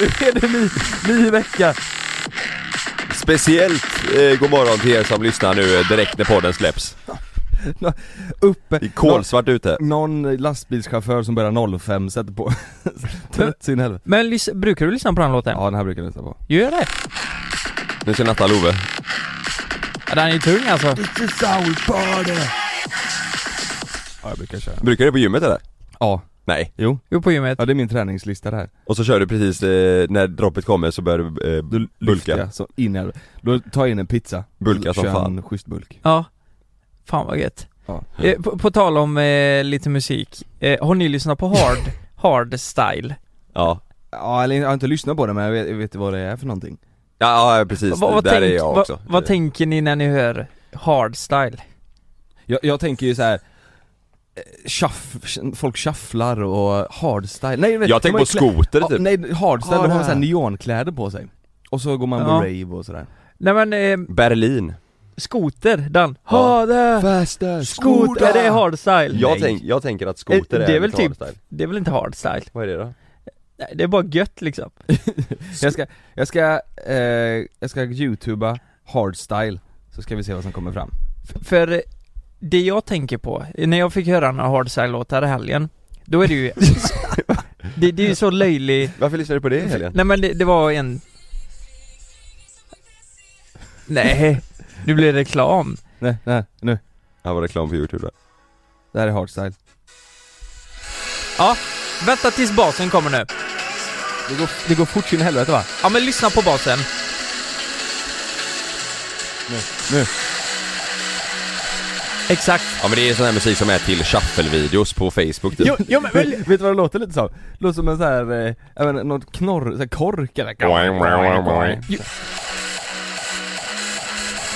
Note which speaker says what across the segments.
Speaker 1: Nu är det ny, ny vecka!
Speaker 2: Speciellt eh, god morgon till er som lyssnar nu eh, direkt när podden släpps.
Speaker 1: Nå- Uppe,
Speaker 2: Det är kolsvart ute.
Speaker 1: Nå- någon lastbilschaufför som börjar 05 sätter på Trött sin helvete
Speaker 3: Men lys- brukar du lyssna på den låten?
Speaker 1: Ja den här brukar jag lyssna på
Speaker 3: Gör det?
Speaker 2: Nu ska Natta Love.
Speaker 3: Ja, Den är tung alltså.
Speaker 1: It's a soul party! Ja jag brukar köra
Speaker 2: Brukar du det på gymmet eller?
Speaker 1: Ja,
Speaker 2: Nej.
Speaker 1: jo,
Speaker 3: Jo på gymmet.
Speaker 1: ja det är min träningslista det här
Speaker 2: Och så kör du precis eh, när droppet kommer så börjar du eh,
Speaker 1: Då lyfter
Speaker 2: bulka.
Speaker 1: jag så in i helvete. Då tar jag in en pizza
Speaker 2: Bulka som
Speaker 1: Kör
Speaker 2: fan.
Speaker 1: en schysst bulk
Speaker 3: Ja. Fan vad gött.
Speaker 1: Ja.
Speaker 3: Eh, på, på tal om eh, lite musik. Eh, har ni lyssnat på Hard? hard Style?
Speaker 2: Ja.
Speaker 1: Ja eller jag har inte lyssnat på det men jag vet, jag vet vad det är för någonting
Speaker 2: Ja, ja precis.
Speaker 3: Vad- vad
Speaker 2: Där
Speaker 3: tänk-
Speaker 2: är jag
Speaker 3: vad-
Speaker 2: också.
Speaker 3: Vad tänker ni när ni hör Hard Style?
Speaker 1: Jag, jag tänker ju så här. eh, Shuff, folk shufflar och hardstyle, nej vet,
Speaker 2: jag
Speaker 1: de
Speaker 2: tänker
Speaker 1: har ju
Speaker 2: på
Speaker 1: klä-
Speaker 2: skoter
Speaker 1: ja,
Speaker 2: typ.
Speaker 1: Nej hardstyle,
Speaker 2: Ja,
Speaker 1: då har
Speaker 2: det
Speaker 1: man
Speaker 2: här.
Speaker 1: såhär neonkläder på sig Och så går man på
Speaker 3: Ja.
Speaker 1: rave och sådär
Speaker 3: Nej men, eh,
Speaker 2: Berlin.
Speaker 3: skoter, den.
Speaker 2: Ja.
Speaker 3: Ja. det
Speaker 1: Faster,
Speaker 3: Skoter, det är Hard Style.
Speaker 2: Jag,
Speaker 1: Nej.
Speaker 2: tänk, jag tänker att skoter
Speaker 3: Eh,
Speaker 2: är,
Speaker 3: det är väl
Speaker 2: lite
Speaker 3: typ-
Speaker 2: hardstyle.
Speaker 3: Det är väl inte Hard Style?
Speaker 2: Vad är det då?
Speaker 3: Nej, det är bara gött liksom.
Speaker 1: Jag ska, jag ska, eh, jag ska youtuba hardstyle Så ska vi se vad som kommer fram
Speaker 3: F- För eh, det jag tänker på, eh, när jag fick höra några hardstyle-låtar i helgen, då är det ju... det, det är ju så löjlig...
Speaker 2: Varför lyssnar du på det i helgen?
Speaker 3: Nej men det, det var en... Nej, nu blir det reklam.
Speaker 1: Nej, nej, nu,
Speaker 2: Ja, var reklam på youtube då.
Speaker 1: det här är hardstyle
Speaker 3: Ja, vänta tills basen kommer nu.
Speaker 1: Det går, det går fort in i helvete va?
Speaker 3: Ja men lyssna på basen.
Speaker 1: Nu,
Speaker 3: Exakt.
Speaker 2: Ja men det är sån här musik som är till shuffle-videos på Facebook typ.
Speaker 3: Jo, jo men...
Speaker 1: vet du vad det låter lite som? Det låter som en sån här, eh, jag menar, något knorr, såhär kork eller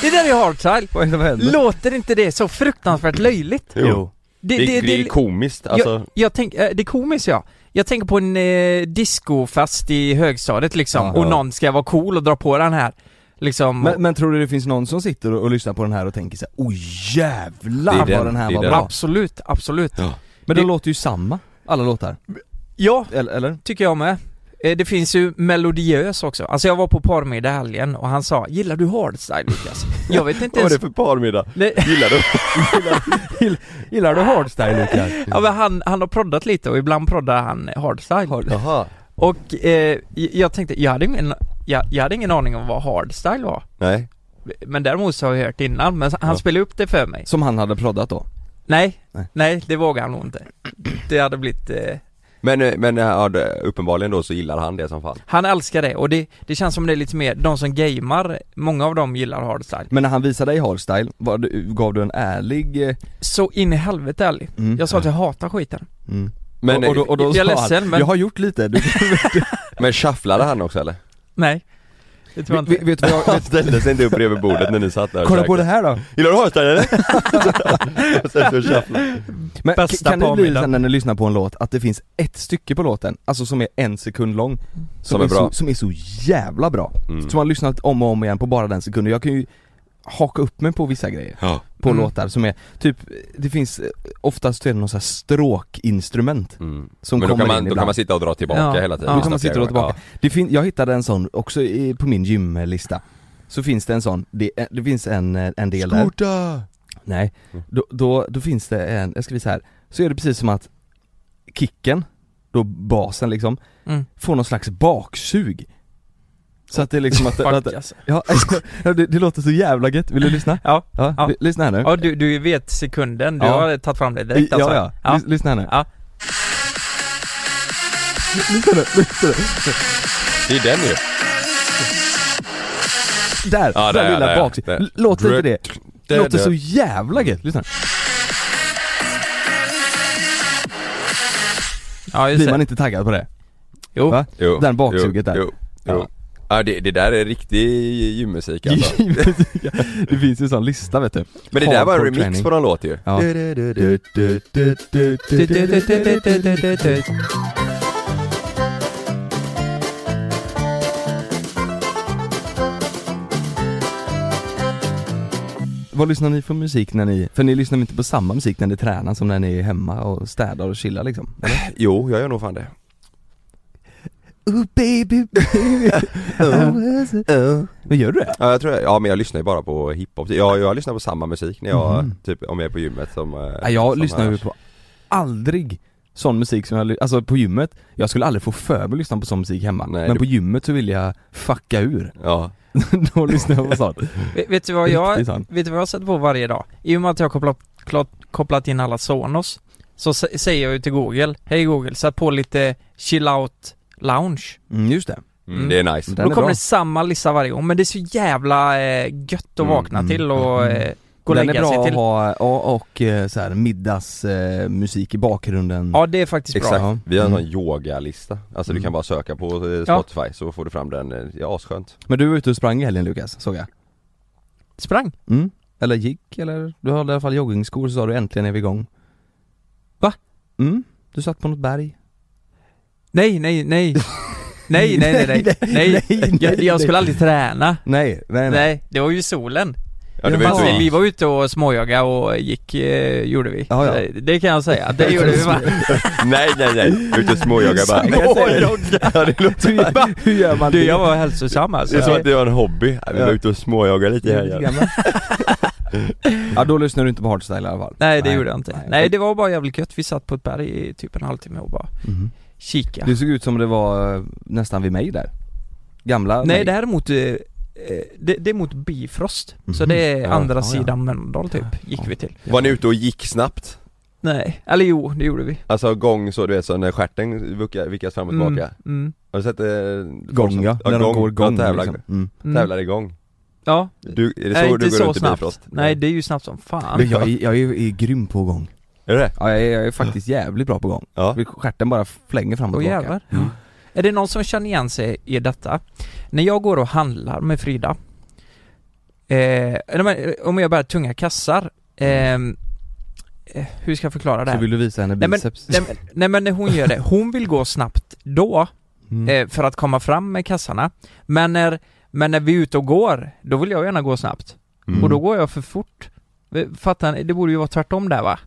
Speaker 3: Det där är hardstyle.
Speaker 1: Vad är det som händer?
Speaker 3: Låter inte det så fruktansvärt löjligt?
Speaker 2: Jo.
Speaker 3: Det,
Speaker 2: Det, det, är komiskt alltså.
Speaker 3: Jag, jag tänk, eh, det är komiskt ja. Jag tänker på en eh, discofest i högstadiet liksom,
Speaker 1: Ja.
Speaker 3: och någon ska vara cool och dra på den här. Liksom,
Speaker 1: Men, men tror du det finns någon som sitter och, och lyssnar på den här och tänker så här, oj
Speaker 2: Det
Speaker 1: jävlar
Speaker 2: är den,
Speaker 1: vad den här
Speaker 2: det är
Speaker 1: var
Speaker 2: den.
Speaker 1: bra?
Speaker 3: absolut, absolut.
Speaker 2: Ja.
Speaker 1: Men det,
Speaker 3: Det-
Speaker 1: låter ju samma, alla låtar,
Speaker 3: Ja,
Speaker 1: eller? eller?
Speaker 3: tycker jag med. Eh, Det finns ju melodiös också. Alltså jag var på parmiddag i helgen och han sa 'Gillar du hardstyle Lukas?' Jag vet
Speaker 2: Vad
Speaker 3: inte
Speaker 2: var det
Speaker 3: ens...
Speaker 2: för parmiddag?
Speaker 3: Nej,
Speaker 2: Gillar du?
Speaker 1: Gillar du hardstyle Lukas?
Speaker 3: ja, men han, han har proddat lite och ibland proddar han hardstyle.
Speaker 2: Jaha.
Speaker 3: Och eh, jag tänkte, jag hade, ingen, jag, jag hade ingen aning om vad hardstyle var.
Speaker 2: Nej.
Speaker 3: Men däremot så har jag hört innan, men han
Speaker 2: Ja.
Speaker 3: spelade upp det för mig.
Speaker 1: Som han hade proddat då?
Speaker 3: Nej,
Speaker 1: Nej.
Speaker 3: nej, det vågar han nog inte. Det hade blivit... Eh,
Speaker 2: Men, eh, men eh, ja, det- uppenbarligen då så gillar han det som fan.
Speaker 3: han älskar det och det, det känns som det är lite mer, de som gamer, många av dem gillar hardstyle.
Speaker 1: Men när han visade dig hardstyle, var du, gav du en ärlig... eh,
Speaker 3: Så in i helvete ärlig.
Speaker 1: Mm.
Speaker 3: Jag sa att jag hatar skiten.
Speaker 1: Mm.
Speaker 2: Men, eh,
Speaker 1: och, och, då, och då
Speaker 3: jag är
Speaker 1: sa
Speaker 3: ledsen,
Speaker 1: han,
Speaker 3: men-
Speaker 1: jag har gjort lite, du,
Speaker 2: men shufflade han också eller?
Speaker 3: Nej. Det tror jag
Speaker 1: vet,
Speaker 3: inte.
Speaker 1: vet du vad jag...
Speaker 2: Han
Speaker 1: Vet,
Speaker 2: ställde sig inte upp bredvid bordet när ni satt där och
Speaker 1: kolla på
Speaker 2: käkade.
Speaker 1: det här då!
Speaker 2: Gillar du hardstyle eller? Och sen så shufflade.
Speaker 1: Men k-
Speaker 3: Bästa
Speaker 1: kan det bli
Speaker 3: påmiddag.
Speaker 1: sen när ni lyssnar på en låt, att det finns ett stycke på låten, alltså som är en sekund lång Som,
Speaker 2: Som är bra.
Speaker 1: Så, som är så jävla bra!
Speaker 2: Mm.
Speaker 1: Som man har lyssnat om och om igen på bara den sekunden, jag kan ju haka upp mig på vissa grejer
Speaker 2: Ja.
Speaker 1: på
Speaker 3: Mm.
Speaker 1: låtar som är, typ, det finns eh, oftast är det någon sån här stråkinstrument
Speaker 2: Mm.
Speaker 1: som
Speaker 2: men då
Speaker 1: kommer
Speaker 2: kan, man,
Speaker 1: in
Speaker 2: då kan
Speaker 1: ibland.
Speaker 2: man sitta och dra tillbaka
Speaker 3: Ja.
Speaker 2: hela tiden.
Speaker 3: Ja.
Speaker 1: Då
Speaker 2: Lyssna
Speaker 1: kan man sitta
Speaker 2: flera
Speaker 1: och
Speaker 2: gånger.
Speaker 1: tillbaka. Det fin- jag hittade en sån också i, på min gymlista. Så finns det en sån, det, eh, det finns en, eh, en del där.
Speaker 2: Skoda!
Speaker 1: Nej. Då, då, då finns det en, jag ska visa här. Så är det precis som att kicken, då basen liksom,
Speaker 3: Mm.
Speaker 1: får någon slags baksug. Så att det är liksom att, att,
Speaker 3: Fuck,
Speaker 1: att
Speaker 3: alltså.
Speaker 1: ja, det, det låter så jävla gött, vill du lyssna?
Speaker 3: Ja.
Speaker 1: Ja,
Speaker 3: Ja.
Speaker 1: li- lyssna här nu.
Speaker 3: Ja du, du vet sekunden, du
Speaker 1: Ja.
Speaker 3: har tagit fram det direkt
Speaker 1: I-
Speaker 3: alltså.
Speaker 1: Ja, ja.
Speaker 3: ja.
Speaker 1: Lys- Lyssna här nu.
Speaker 3: Ja.
Speaker 1: Lyssna nu, lyssna nu.
Speaker 2: Det är den ju.
Speaker 1: Där!
Speaker 2: Ja,
Speaker 1: där
Speaker 2: där,
Speaker 1: lilla
Speaker 2: där,
Speaker 1: baks-
Speaker 2: där.
Speaker 1: Låter inte det? Det
Speaker 2: Där,
Speaker 1: låter
Speaker 2: där.
Speaker 1: så jävla gött, lyssna.
Speaker 3: Ja, just
Speaker 1: Blir man
Speaker 3: det.
Speaker 1: inte taggad på det?
Speaker 3: Jo.
Speaker 1: Va?
Speaker 2: Jo.
Speaker 1: Den baksuget där.
Speaker 2: Jo. jo.
Speaker 1: Ja.
Speaker 2: Ja, det, det där är riktig gymmusik alltså.
Speaker 1: Givetvis. det finns ju en sån lista vet du.
Speaker 2: Men det där var en
Speaker 1: Hardcore
Speaker 2: remix
Speaker 1: training.
Speaker 2: på någon låt ju.
Speaker 1: Ja. Vad lyssnar ni för musik när ni, för ni lyssnar inte på samma musik när ni tränar som när ni är hemma och städar och chillar liksom?
Speaker 2: Jo, jag gör nog fan det.
Speaker 1: Oh baby, Oh. baby.
Speaker 2: Uh.
Speaker 1: Men gör du det?
Speaker 2: Ja jag tror, ja men jag lyssnar ju bara på hiphop, jag, jag lyssnar på samma musik när jag,
Speaker 1: Mhm.
Speaker 2: typ om jag är på gymmet som eh,
Speaker 1: Ja, jag
Speaker 2: som
Speaker 1: lyssnar ju
Speaker 2: annars.
Speaker 1: på aldrig sån musik som jag, ly- alltså på gymmet, jag skulle aldrig få för mig att lyssna på sån musik hemma.
Speaker 2: Nej,
Speaker 1: men
Speaker 2: du-
Speaker 1: på gymmet så vill jag fucka ur.
Speaker 2: Ja,
Speaker 1: Då lyssnar jag på sånt.
Speaker 3: Vet, vet du vad jag,
Speaker 1: Riktigt sånt.
Speaker 3: vet du vad jag sett på varje dag? I och med att jag har kopplat, klart, kopplat in alla Sonos Så sä- säger jag ju till Google Hej Google, sätt på lite chill out lounge
Speaker 1: Mm, just det.
Speaker 2: mm,
Speaker 3: Mm.
Speaker 2: det är nice
Speaker 1: Den
Speaker 3: Då
Speaker 1: är
Speaker 3: kommer
Speaker 1: bra.
Speaker 3: det samma lista varje gång Men det är så jävla eh, gött att
Speaker 2: Mm,
Speaker 3: vakna
Speaker 1: mm,
Speaker 3: till och
Speaker 1: mm.
Speaker 3: eh, gå och
Speaker 1: Den
Speaker 3: lägga
Speaker 1: är bra
Speaker 3: sig till
Speaker 1: att ha, ja, och eh, så här middagsmusik eh, musik i bakgrunden.
Speaker 3: Ja det är faktiskt
Speaker 2: Exakt,
Speaker 3: bra
Speaker 1: Ja.
Speaker 2: vi har en
Speaker 1: Mm.
Speaker 2: sån yogalista, alltså
Speaker 1: Mm.
Speaker 2: du kan bara söka på eh,
Speaker 3: Ja.
Speaker 2: Spotify så får du fram den, eh, det är asskönt
Speaker 1: Men du var ute och sprang i helgen Lukas, såg jag.
Speaker 3: Sprang?
Speaker 1: Mm. Eller gick, eller du hade i alla fall joggingskor så sa du äntligen är vi igång.
Speaker 3: Va?
Speaker 1: Mm. Du satt på något berg.
Speaker 3: Nej, nej, nej Nej, nej, nej, nej, nej,
Speaker 1: nej,
Speaker 3: Jag, jag
Speaker 1: nej.
Speaker 3: skulle aldrig träna
Speaker 1: Nej, nej, nej.
Speaker 3: Nej, det var ju solen
Speaker 2: Ja
Speaker 1: Ja,
Speaker 2: du vet
Speaker 1: fast
Speaker 3: vi,
Speaker 2: ju
Speaker 3: vi var ute och småjagade och gick, eh, gjorde vi
Speaker 1: Ja, ja.
Speaker 3: Det, det kan jag säga, det gjorde vi va?
Speaker 2: Nej nej nej, ute och småjagar bara
Speaker 3: Småjogga!
Speaker 2: Ja det låter
Speaker 1: Hur- Hur gör man
Speaker 3: Du
Speaker 1: det?
Speaker 3: jag var hälsosam
Speaker 2: Det är som
Speaker 3: alltså
Speaker 2: att det var en hobby, vi var ute och småjagar lite i helgen
Speaker 1: ja då lyssnar du inte på hardstyle i alla fall.
Speaker 3: Nej det gjorde jag inte,
Speaker 1: nej.
Speaker 3: nej det var bara jävligt gött, vi satt på ett berg i typ en halvtimme och bara
Speaker 1: Mhm.
Speaker 3: kika
Speaker 1: Det såg ut som det var eh, nästan vid mig där. Gamla
Speaker 3: Nej
Speaker 1: mig.
Speaker 3: däremot, eh, eh, det, det är mot Bifrost, så
Speaker 1: Mhm.
Speaker 3: det är
Speaker 2: Ja,
Speaker 3: andra
Speaker 1: ja, ja.
Speaker 3: sidan Mölndal typ, gick vi till
Speaker 2: Var ni ute och gick snabbt?
Speaker 3: Nej, eller jo, det gjorde vi
Speaker 2: Alltså gång så du vet så när stjärten vucka- vickas fram och tillbaka
Speaker 3: mm,
Speaker 2: Har du sett eh, folk
Speaker 1: Gång
Speaker 2: som-
Speaker 1: ja, när de går gång
Speaker 2: ja, tävlar,
Speaker 1: liksom. mm.
Speaker 3: mm.
Speaker 2: tävlar igång
Speaker 3: Ja,
Speaker 2: Du, är det så
Speaker 3: nej,
Speaker 2: du
Speaker 3: inte
Speaker 2: går
Speaker 3: så
Speaker 2: runt i
Speaker 3: snabbt
Speaker 2: Bifrost?
Speaker 3: Nej det är ju snabbt som
Speaker 1: Men
Speaker 3: fan
Speaker 1: jag, är- jag är, är grym på gång.
Speaker 2: Är det
Speaker 1: Ja, jag, är, jag är faktiskt jävligt bra på gång.
Speaker 2: Ja,
Speaker 1: Stjärten bara flänger fram och
Speaker 3: Åh
Speaker 1: tillbaka. Mm.
Speaker 3: jävlar. Är det någon som känner igen sig i detta? När jag går och handlar med Frida eh, eller men, Om jag bär tunga kassar eh, eh, Hur ska jag förklara det
Speaker 1: Så
Speaker 3: här?
Speaker 1: vill du visa henne
Speaker 3: Nej, men-
Speaker 1: biceps?
Speaker 3: Nej, men- Nej men när hon gör det, hon vill gå snabbt då
Speaker 1: Mm.
Speaker 3: eh, för att komma fram med kassarna Men när, men när vi är ute och går, då vill jag gärna gå snabbt
Speaker 1: Mm.
Speaker 3: Och då går jag för fort Eh, Fattar ni? Det borde ju vara tvärtom där va?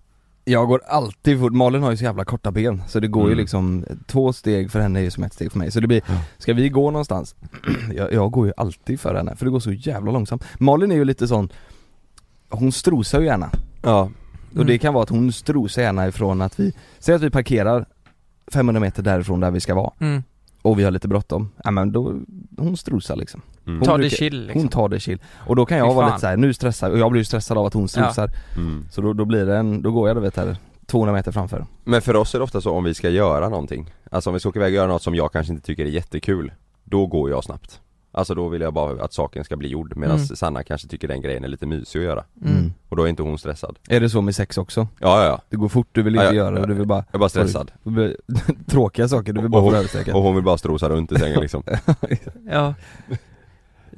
Speaker 1: Jag går alltid fort, Malin har ju så jävla korta ben så det går ju
Speaker 2: Mm.
Speaker 1: liksom två steg för henne är ju som ett steg för mig så det blir,
Speaker 2: Ja.
Speaker 1: ska vi gå någonstans? jag, jag går ju alltid för henne för det går så jävla långsamt Malin är ju lite sån, hon strosar ju gärna
Speaker 2: ja,
Speaker 1: och det kan vara att hon strosar gärna ifrån att vi, säg att vi parkerar 500 meter därifrån där vi ska vara
Speaker 3: mm.
Speaker 1: och vi har lite bråttom, ja men då, hon strosar liksom
Speaker 2: mm.
Speaker 1: Hon
Speaker 3: Ta det
Speaker 1: brukar-
Speaker 3: chill
Speaker 1: Hon
Speaker 3: liksom.
Speaker 1: tar det chill, och då kan jag
Speaker 3: Fy
Speaker 1: vara
Speaker 3: fan.
Speaker 1: lite såhär, nu stressar och jag blir ju stressad av att hon strosar
Speaker 2: Mm.
Speaker 1: Så då, då blir det en, då går jag du vet här 200 meter framför
Speaker 3: Mm.
Speaker 2: Men för oss är det ofta så om vi ska göra någonting Alltså om vi ska åka iväg och göra något som jag kanske inte tycker är jättekul Då går jag snabbt Alltså då vill jag bara att saken ska bli gjord medan
Speaker 3: Mm.
Speaker 2: Sanna kanske tycker den grejen är lite mysig att göra
Speaker 3: Mm.
Speaker 2: Och då är inte hon stressad
Speaker 1: Är det så med sex också?
Speaker 2: Ja ja, ja.
Speaker 1: Det går fort, du vill inte
Speaker 2: Ja, ja,
Speaker 1: göra det, du vill bara
Speaker 2: jag är bara stressad
Speaker 1: du vill- Tråkiga saker, du vill bara
Speaker 2: Och-
Speaker 3: Oh.
Speaker 1: få det översäkrat
Speaker 2: Och hon vill bara strosa runt i sängen liksom
Speaker 3: Ja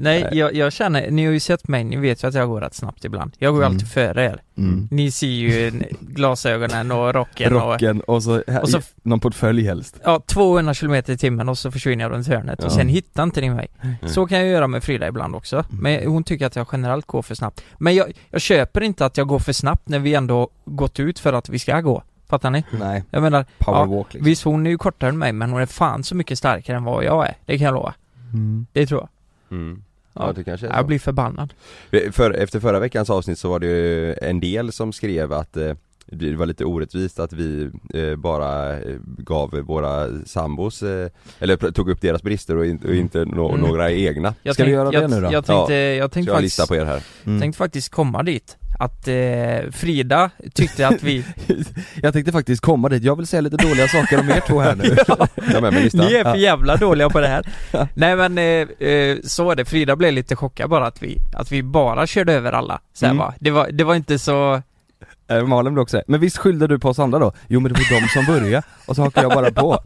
Speaker 3: Nej,
Speaker 2: Nej.
Speaker 3: jag, jag känner, ni har ju sett mig, ni vet ju att jag går rätt snabbt ibland Jag går ju
Speaker 1: Mm.
Speaker 3: alltid före er
Speaker 1: mm.
Speaker 3: Ni ser ju n- glasögonen och rocken och
Speaker 1: Rocken och så, här,
Speaker 3: Och så-
Speaker 1: någon portfölj helst
Speaker 3: Ja, 200 km i timmen och så försvinner jag runt hörnet och
Speaker 1: Ja.
Speaker 3: sen hittar inte ni mig
Speaker 2: Mm.
Speaker 3: Så kan jag göra med Frida ibland också, men hon tycker att jag generellt går för snabbt Men jag, jag köper inte att jag går för snabbt när vi ändå gått ut för att vi ska gå Fattar ni?
Speaker 1: Nej,
Speaker 3: Jag menar,
Speaker 1: powerwalk liksom
Speaker 3: visst hon är ju kortare än mig men hon är fan så mycket starkare än vad jag är Det kan jag lova,
Speaker 1: mm.
Speaker 3: det tror jag
Speaker 2: Mm.
Speaker 3: Ja.
Speaker 2: Ja det kanske är så.
Speaker 3: Jag blir förbannad
Speaker 2: För, efter förra veckans avsnitt så var det ju en del som skrev att eh, det var lite orättvist att vi eh, bara eh, gav våra sambos, eh, eller pr- tog upp deras brister och, in, och inte nå-
Speaker 3: Mm.
Speaker 2: några egna
Speaker 3: jag
Speaker 1: Ska vi göra det
Speaker 3: jag,
Speaker 1: nu då?
Speaker 3: Jag tänkte, jag
Speaker 2: Så
Speaker 3: tänkte
Speaker 2: jag har en
Speaker 3: faktiskt
Speaker 2: lista på er här
Speaker 1: Mm.
Speaker 3: tänkte faktiskt komma dit att eh, Frida tyckte att vi...
Speaker 1: Jag tänkte faktiskt komma dit, jag vill säga lite dåliga saker om er två här nu
Speaker 2: Jag med mig listan
Speaker 3: Ni är för
Speaker 1: Ja.
Speaker 3: jävla dåliga på det här. Nej men eh, eh, så var det, Frida blev lite chockad bara att vi, att vi bara körde över alla. Så här
Speaker 1: Mm.
Speaker 3: va. Det, var, det var inte så...
Speaker 1: Eh, Malin blev också det. men visst skyllde du på oss andra då? Jo men det var de som började, och så hakar jag bara på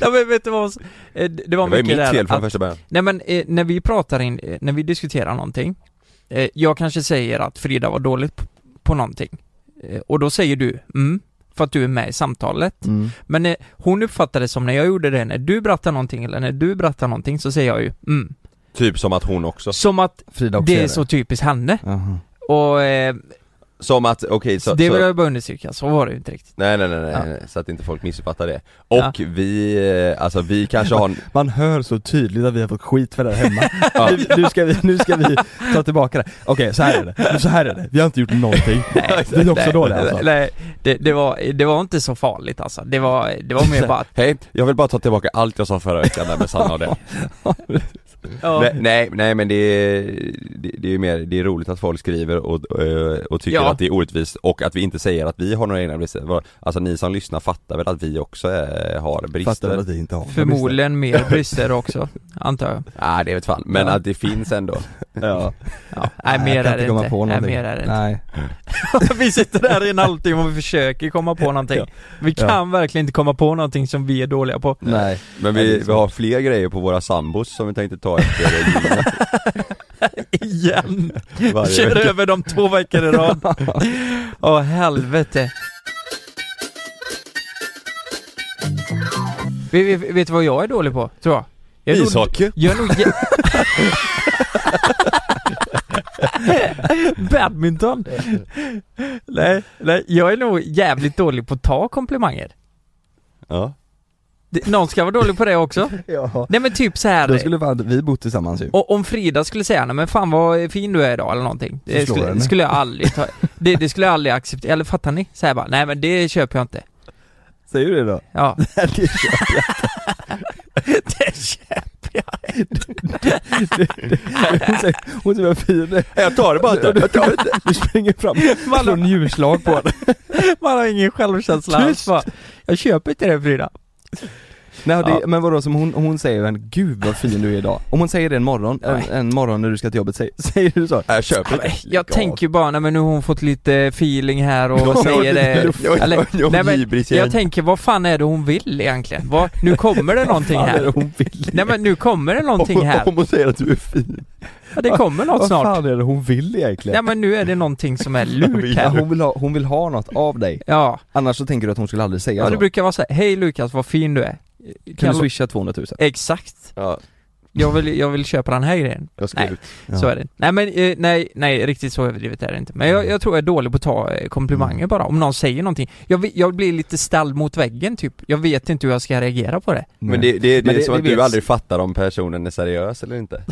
Speaker 3: Nej men vet du vad? Eh, Det det var
Speaker 2: Det var ju
Speaker 3: mycket
Speaker 2: mitt
Speaker 3: där
Speaker 2: fel från
Speaker 3: att-
Speaker 2: första början
Speaker 3: Nej men eh, när vi pratar in, eh, när vi diskuterar någonting eh, Jag kanske säger att Frida var dålig på, på någonting eh, Och då säger du mm, för att du är med i samtalet
Speaker 1: mm.
Speaker 3: Men eh, hon uppfattade det som när jag gjorde det, när du berättar någonting eller när du berättar någonting så säger jag ju mm
Speaker 2: Typ som att hon också
Speaker 3: Som att
Speaker 1: Frida också
Speaker 3: det
Speaker 1: gör
Speaker 3: är så typiskt henne
Speaker 1: Jaha.
Speaker 3: och eh,
Speaker 2: Som att, okej så,
Speaker 3: det vill
Speaker 2: så
Speaker 3: jag bara understryka, så var det ju inte riktigt.
Speaker 2: Nej nej nej, nej,
Speaker 3: Ja.
Speaker 2: nej, så att inte folk missuppfattar det. Och
Speaker 3: Ja.
Speaker 2: vi, eh, alltså vi kanske har en,
Speaker 1: Man hör så tydligt att vi har fått skit för det här hemma. Nu- Nu, ska vi, nu ska vi ta tillbaka det. Okej, så här är det. Nu, Så här är det. Vi har inte gjort någonting. Vi är också
Speaker 3: Nej,
Speaker 1: dåliga alltså.
Speaker 3: Nej, det, det, var, det var inte så farligt alltså. Det var, det var mer bara att,
Speaker 2: hej, jag vill bara ta tillbaka allt jag sa förra veckan där med Sanna och det.
Speaker 3: ja,
Speaker 2: nej, nej, nej men det är, det, det är ju mer, det är roligt att folk skriver och, eh, och tycker
Speaker 3: Ja.
Speaker 2: att det är orättvist och att vi inte säger att vi har några egna brister. Vad- Alltså ni som lyssnar fattar väl att vi också eh, har
Speaker 1: Fattar väl
Speaker 2: brister?
Speaker 1: att vi inte har
Speaker 3: förmodligen mer brister också, antar jag.
Speaker 2: Nej det vet fan, men
Speaker 1: Ja.
Speaker 2: att det finns ändå.
Speaker 1: Ja.
Speaker 3: Ja. Nej,
Speaker 1: jag
Speaker 3: mer
Speaker 1: kan
Speaker 3: är det
Speaker 1: komma
Speaker 3: inte.
Speaker 1: På
Speaker 3: Nej,
Speaker 1: någonting.
Speaker 3: mer är det inte.
Speaker 1: Nej.
Speaker 3: Vi sitter där i en halvtimme och vi försöker komma på någonting.
Speaker 1: Ja.
Speaker 3: Vi kan verkligen inte komma på någonting som vi är dåliga på.
Speaker 1: Nej.
Speaker 2: Men
Speaker 1: Nej, det
Speaker 2: vi,
Speaker 1: är
Speaker 2: vi
Speaker 1: så.
Speaker 2: har fler grejer på våra sambos som vi tänkte ta efter
Speaker 3: Igen!
Speaker 2: varje
Speaker 3: Kör
Speaker 2: vecka.
Speaker 3: över dem två veckor i rad. Åh helvete. Vi- vi- Vet du vad jag är dålig på? Tror jag. jag är nog-
Speaker 2: Ishockey!
Speaker 3: Jag är nog jä- Badminton? Nej, nej, jag är nog jävligt dålig på att ta komplimanger.
Speaker 2: Ja.
Speaker 3: Det- Någon ska vara dålig på det också.
Speaker 1: Ja.
Speaker 3: Nej men typ så här.
Speaker 1: Då skulle fan vi bott tillsammans ju.
Speaker 3: Och om Frida skulle säga nej men fan vad fin du är idag eller någonting.
Speaker 1: Så
Speaker 3: Det
Speaker 1: slår
Speaker 3: skulle,
Speaker 1: henne.
Speaker 3: skulle jag aldrig ta, det, det skulle jag aldrig acceptera, eller fattar ni? Så här bara, nej men det köper jag inte.
Speaker 1: Säger du det då?
Speaker 3: Ja.
Speaker 1: Nej, det-
Speaker 3: Det köper
Speaker 1: Hon säger, hon säger vad fin du är.
Speaker 2: Jag tar det bara inte!
Speaker 1: Du- du- Du springer fram,
Speaker 3: man,
Speaker 1: slår njurslag på henne.
Speaker 3: man har ingen självkänsla alls
Speaker 1: Tyst!
Speaker 3: bara, Jag köper inte det Frida.
Speaker 1: Nej, det,
Speaker 3: Ja.
Speaker 1: men vadå som hon, hon säger en 'Gud vad fin du är idag' Om hon säger det en morgon, en,
Speaker 3: Nej.
Speaker 1: en morgon när du ska till jobbet, säger, säger du så?
Speaker 2: Jag köper
Speaker 3: Ja,
Speaker 2: inte.
Speaker 3: men Jag
Speaker 1: Lägg av.
Speaker 3: tänker ju bara, nej men nu har hon fått lite feeling här och säger det.
Speaker 2: Jag-
Speaker 3: Eller,
Speaker 2: jag- jag-
Speaker 3: nej, men
Speaker 2: hybris igen.
Speaker 3: Jag tänker, vad fan är det hon vill egentligen? Vad, nu kommer det någonting
Speaker 1: Fan, är det
Speaker 3: här.
Speaker 1: hon vill?
Speaker 3: Nej men nu kommer det någonting här.
Speaker 2: Om hon säger att du är fin.
Speaker 3: Ja, det kommer något
Speaker 1: Vad
Speaker 3: snart.
Speaker 1: fan är det hon vill egentligen?
Speaker 3: Nej men nu är det någonting som är lurt
Speaker 1: Ja,
Speaker 3: här.
Speaker 1: hon, vill ha, hon vill ha något av dig,
Speaker 3: Ja.
Speaker 1: annars så tänker du att hon skulle aldrig säga
Speaker 3: Ja,
Speaker 1: så.
Speaker 3: det brukar vara så här, hej Lukas vad fin du är.
Speaker 1: Kan
Speaker 3: Kan-
Speaker 1: du swisha 200 000?
Speaker 3: Exakt.
Speaker 2: Ja,
Speaker 3: Jag vill, jag vill köpa den här grejen.
Speaker 2: jag ska
Speaker 3: Nej.
Speaker 2: ut.
Speaker 3: Så är det. Nej men, eh, nej, nej riktigt så överdrivet är det inte. Men jag, jag tror jag är dålig på att ta eh, komplimanger
Speaker 1: Mm.
Speaker 3: bara, om någon säger någonting. Jag, vi- jag blir lite ställd mot väggen typ. Jag vet inte hur jag ska reagera på det. Eh,
Speaker 2: Men det, det, det,
Speaker 1: Men
Speaker 2: är
Speaker 1: det-
Speaker 2: som
Speaker 1: det
Speaker 2: att du
Speaker 1: vet-
Speaker 2: aldrig fattar om personen är seriös eller inte.
Speaker 3: Eh,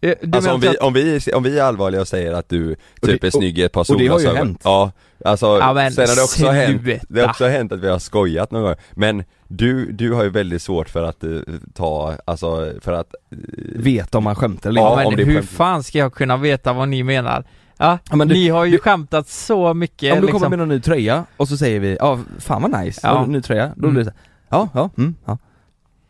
Speaker 3: Du
Speaker 2: alltså
Speaker 3: menar
Speaker 2: om vi,
Speaker 3: att-
Speaker 2: om, vi, om vi är allvarliga och säger att du typ
Speaker 1: det-
Speaker 2: är snygg i ett par
Speaker 1: och det har ju
Speaker 2: solglasögon.
Speaker 1: hänt.
Speaker 2: Ja, alltså
Speaker 3: Ja, men
Speaker 2: sen har det också
Speaker 3: sluta.
Speaker 2: hänt Det har också hänt att vi har skojat någon gång, men du, du har ju väldigt svårt för att eh, ta, alltså för att eh,
Speaker 1: Vet om man skämtar eller
Speaker 2: Ja,
Speaker 3: Ja,
Speaker 1: inte.
Speaker 2: om det
Speaker 3: men
Speaker 2: är
Speaker 3: hur
Speaker 2: skämt.
Speaker 3: fan ska jag kunna veta vad ni menar? Ja,
Speaker 1: Ja, men du-
Speaker 3: ni har ju
Speaker 1: du-
Speaker 3: skämtat så mycket
Speaker 1: Om du kommer
Speaker 3: liksom.
Speaker 1: med någon ny tröja och så säger vi, ja fan vad nice,
Speaker 3: Ja.
Speaker 1: ja. ny tröja, då
Speaker 3: Mm.
Speaker 1: blir det så här, ja, ja, mm, ja.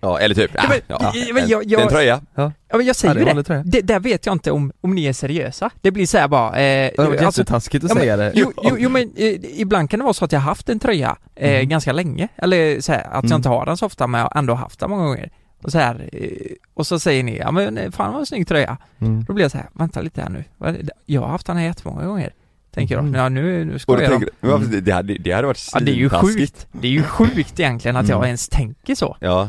Speaker 2: ja eller typ,
Speaker 3: Ja, men-
Speaker 2: ah,
Speaker 3: ja, men jag-
Speaker 2: en,
Speaker 3: jag-
Speaker 2: en tröja.
Speaker 3: Ja men jag
Speaker 1: Ja,
Speaker 3: säger
Speaker 1: det är en
Speaker 3: det.
Speaker 1: vanlig tröja.
Speaker 3: det. Där vet jag inte om, om ni är seriösa. Det blir såhär bara, eh,
Speaker 1: Det hade varit
Speaker 3: alltså,
Speaker 1: jättetaskigt att
Speaker 3: ja, men-
Speaker 1: säga det.
Speaker 3: Jo, jo, jo men eh, ibland kan det vara så att jag har haft en tröja eh,
Speaker 1: Mm.
Speaker 3: ganska länge, eller så här, att jag
Speaker 1: Mm.
Speaker 3: inte har den så ofta men jag har ändå haft den många gånger. Och så här, eh, och så säger ni ja men eh, fan vad en snygg tröja.
Speaker 1: Mm.
Speaker 3: Då blir jag så här, vänta lite här nu, Vad är det? jag har haft den här jättemånga gånger. Tänker jag,
Speaker 1: Mm.
Speaker 3: ja nu, nu
Speaker 2: Och då
Speaker 3: skojar de.
Speaker 2: tänker, men varför- det, det, hade, det hade varit
Speaker 3: Ja det är ju
Speaker 2: svintaskigt.
Speaker 3: sjukt, det är ju sjukt egentligen att jag
Speaker 1: Mm.
Speaker 3: ens tänker så.
Speaker 2: Ja.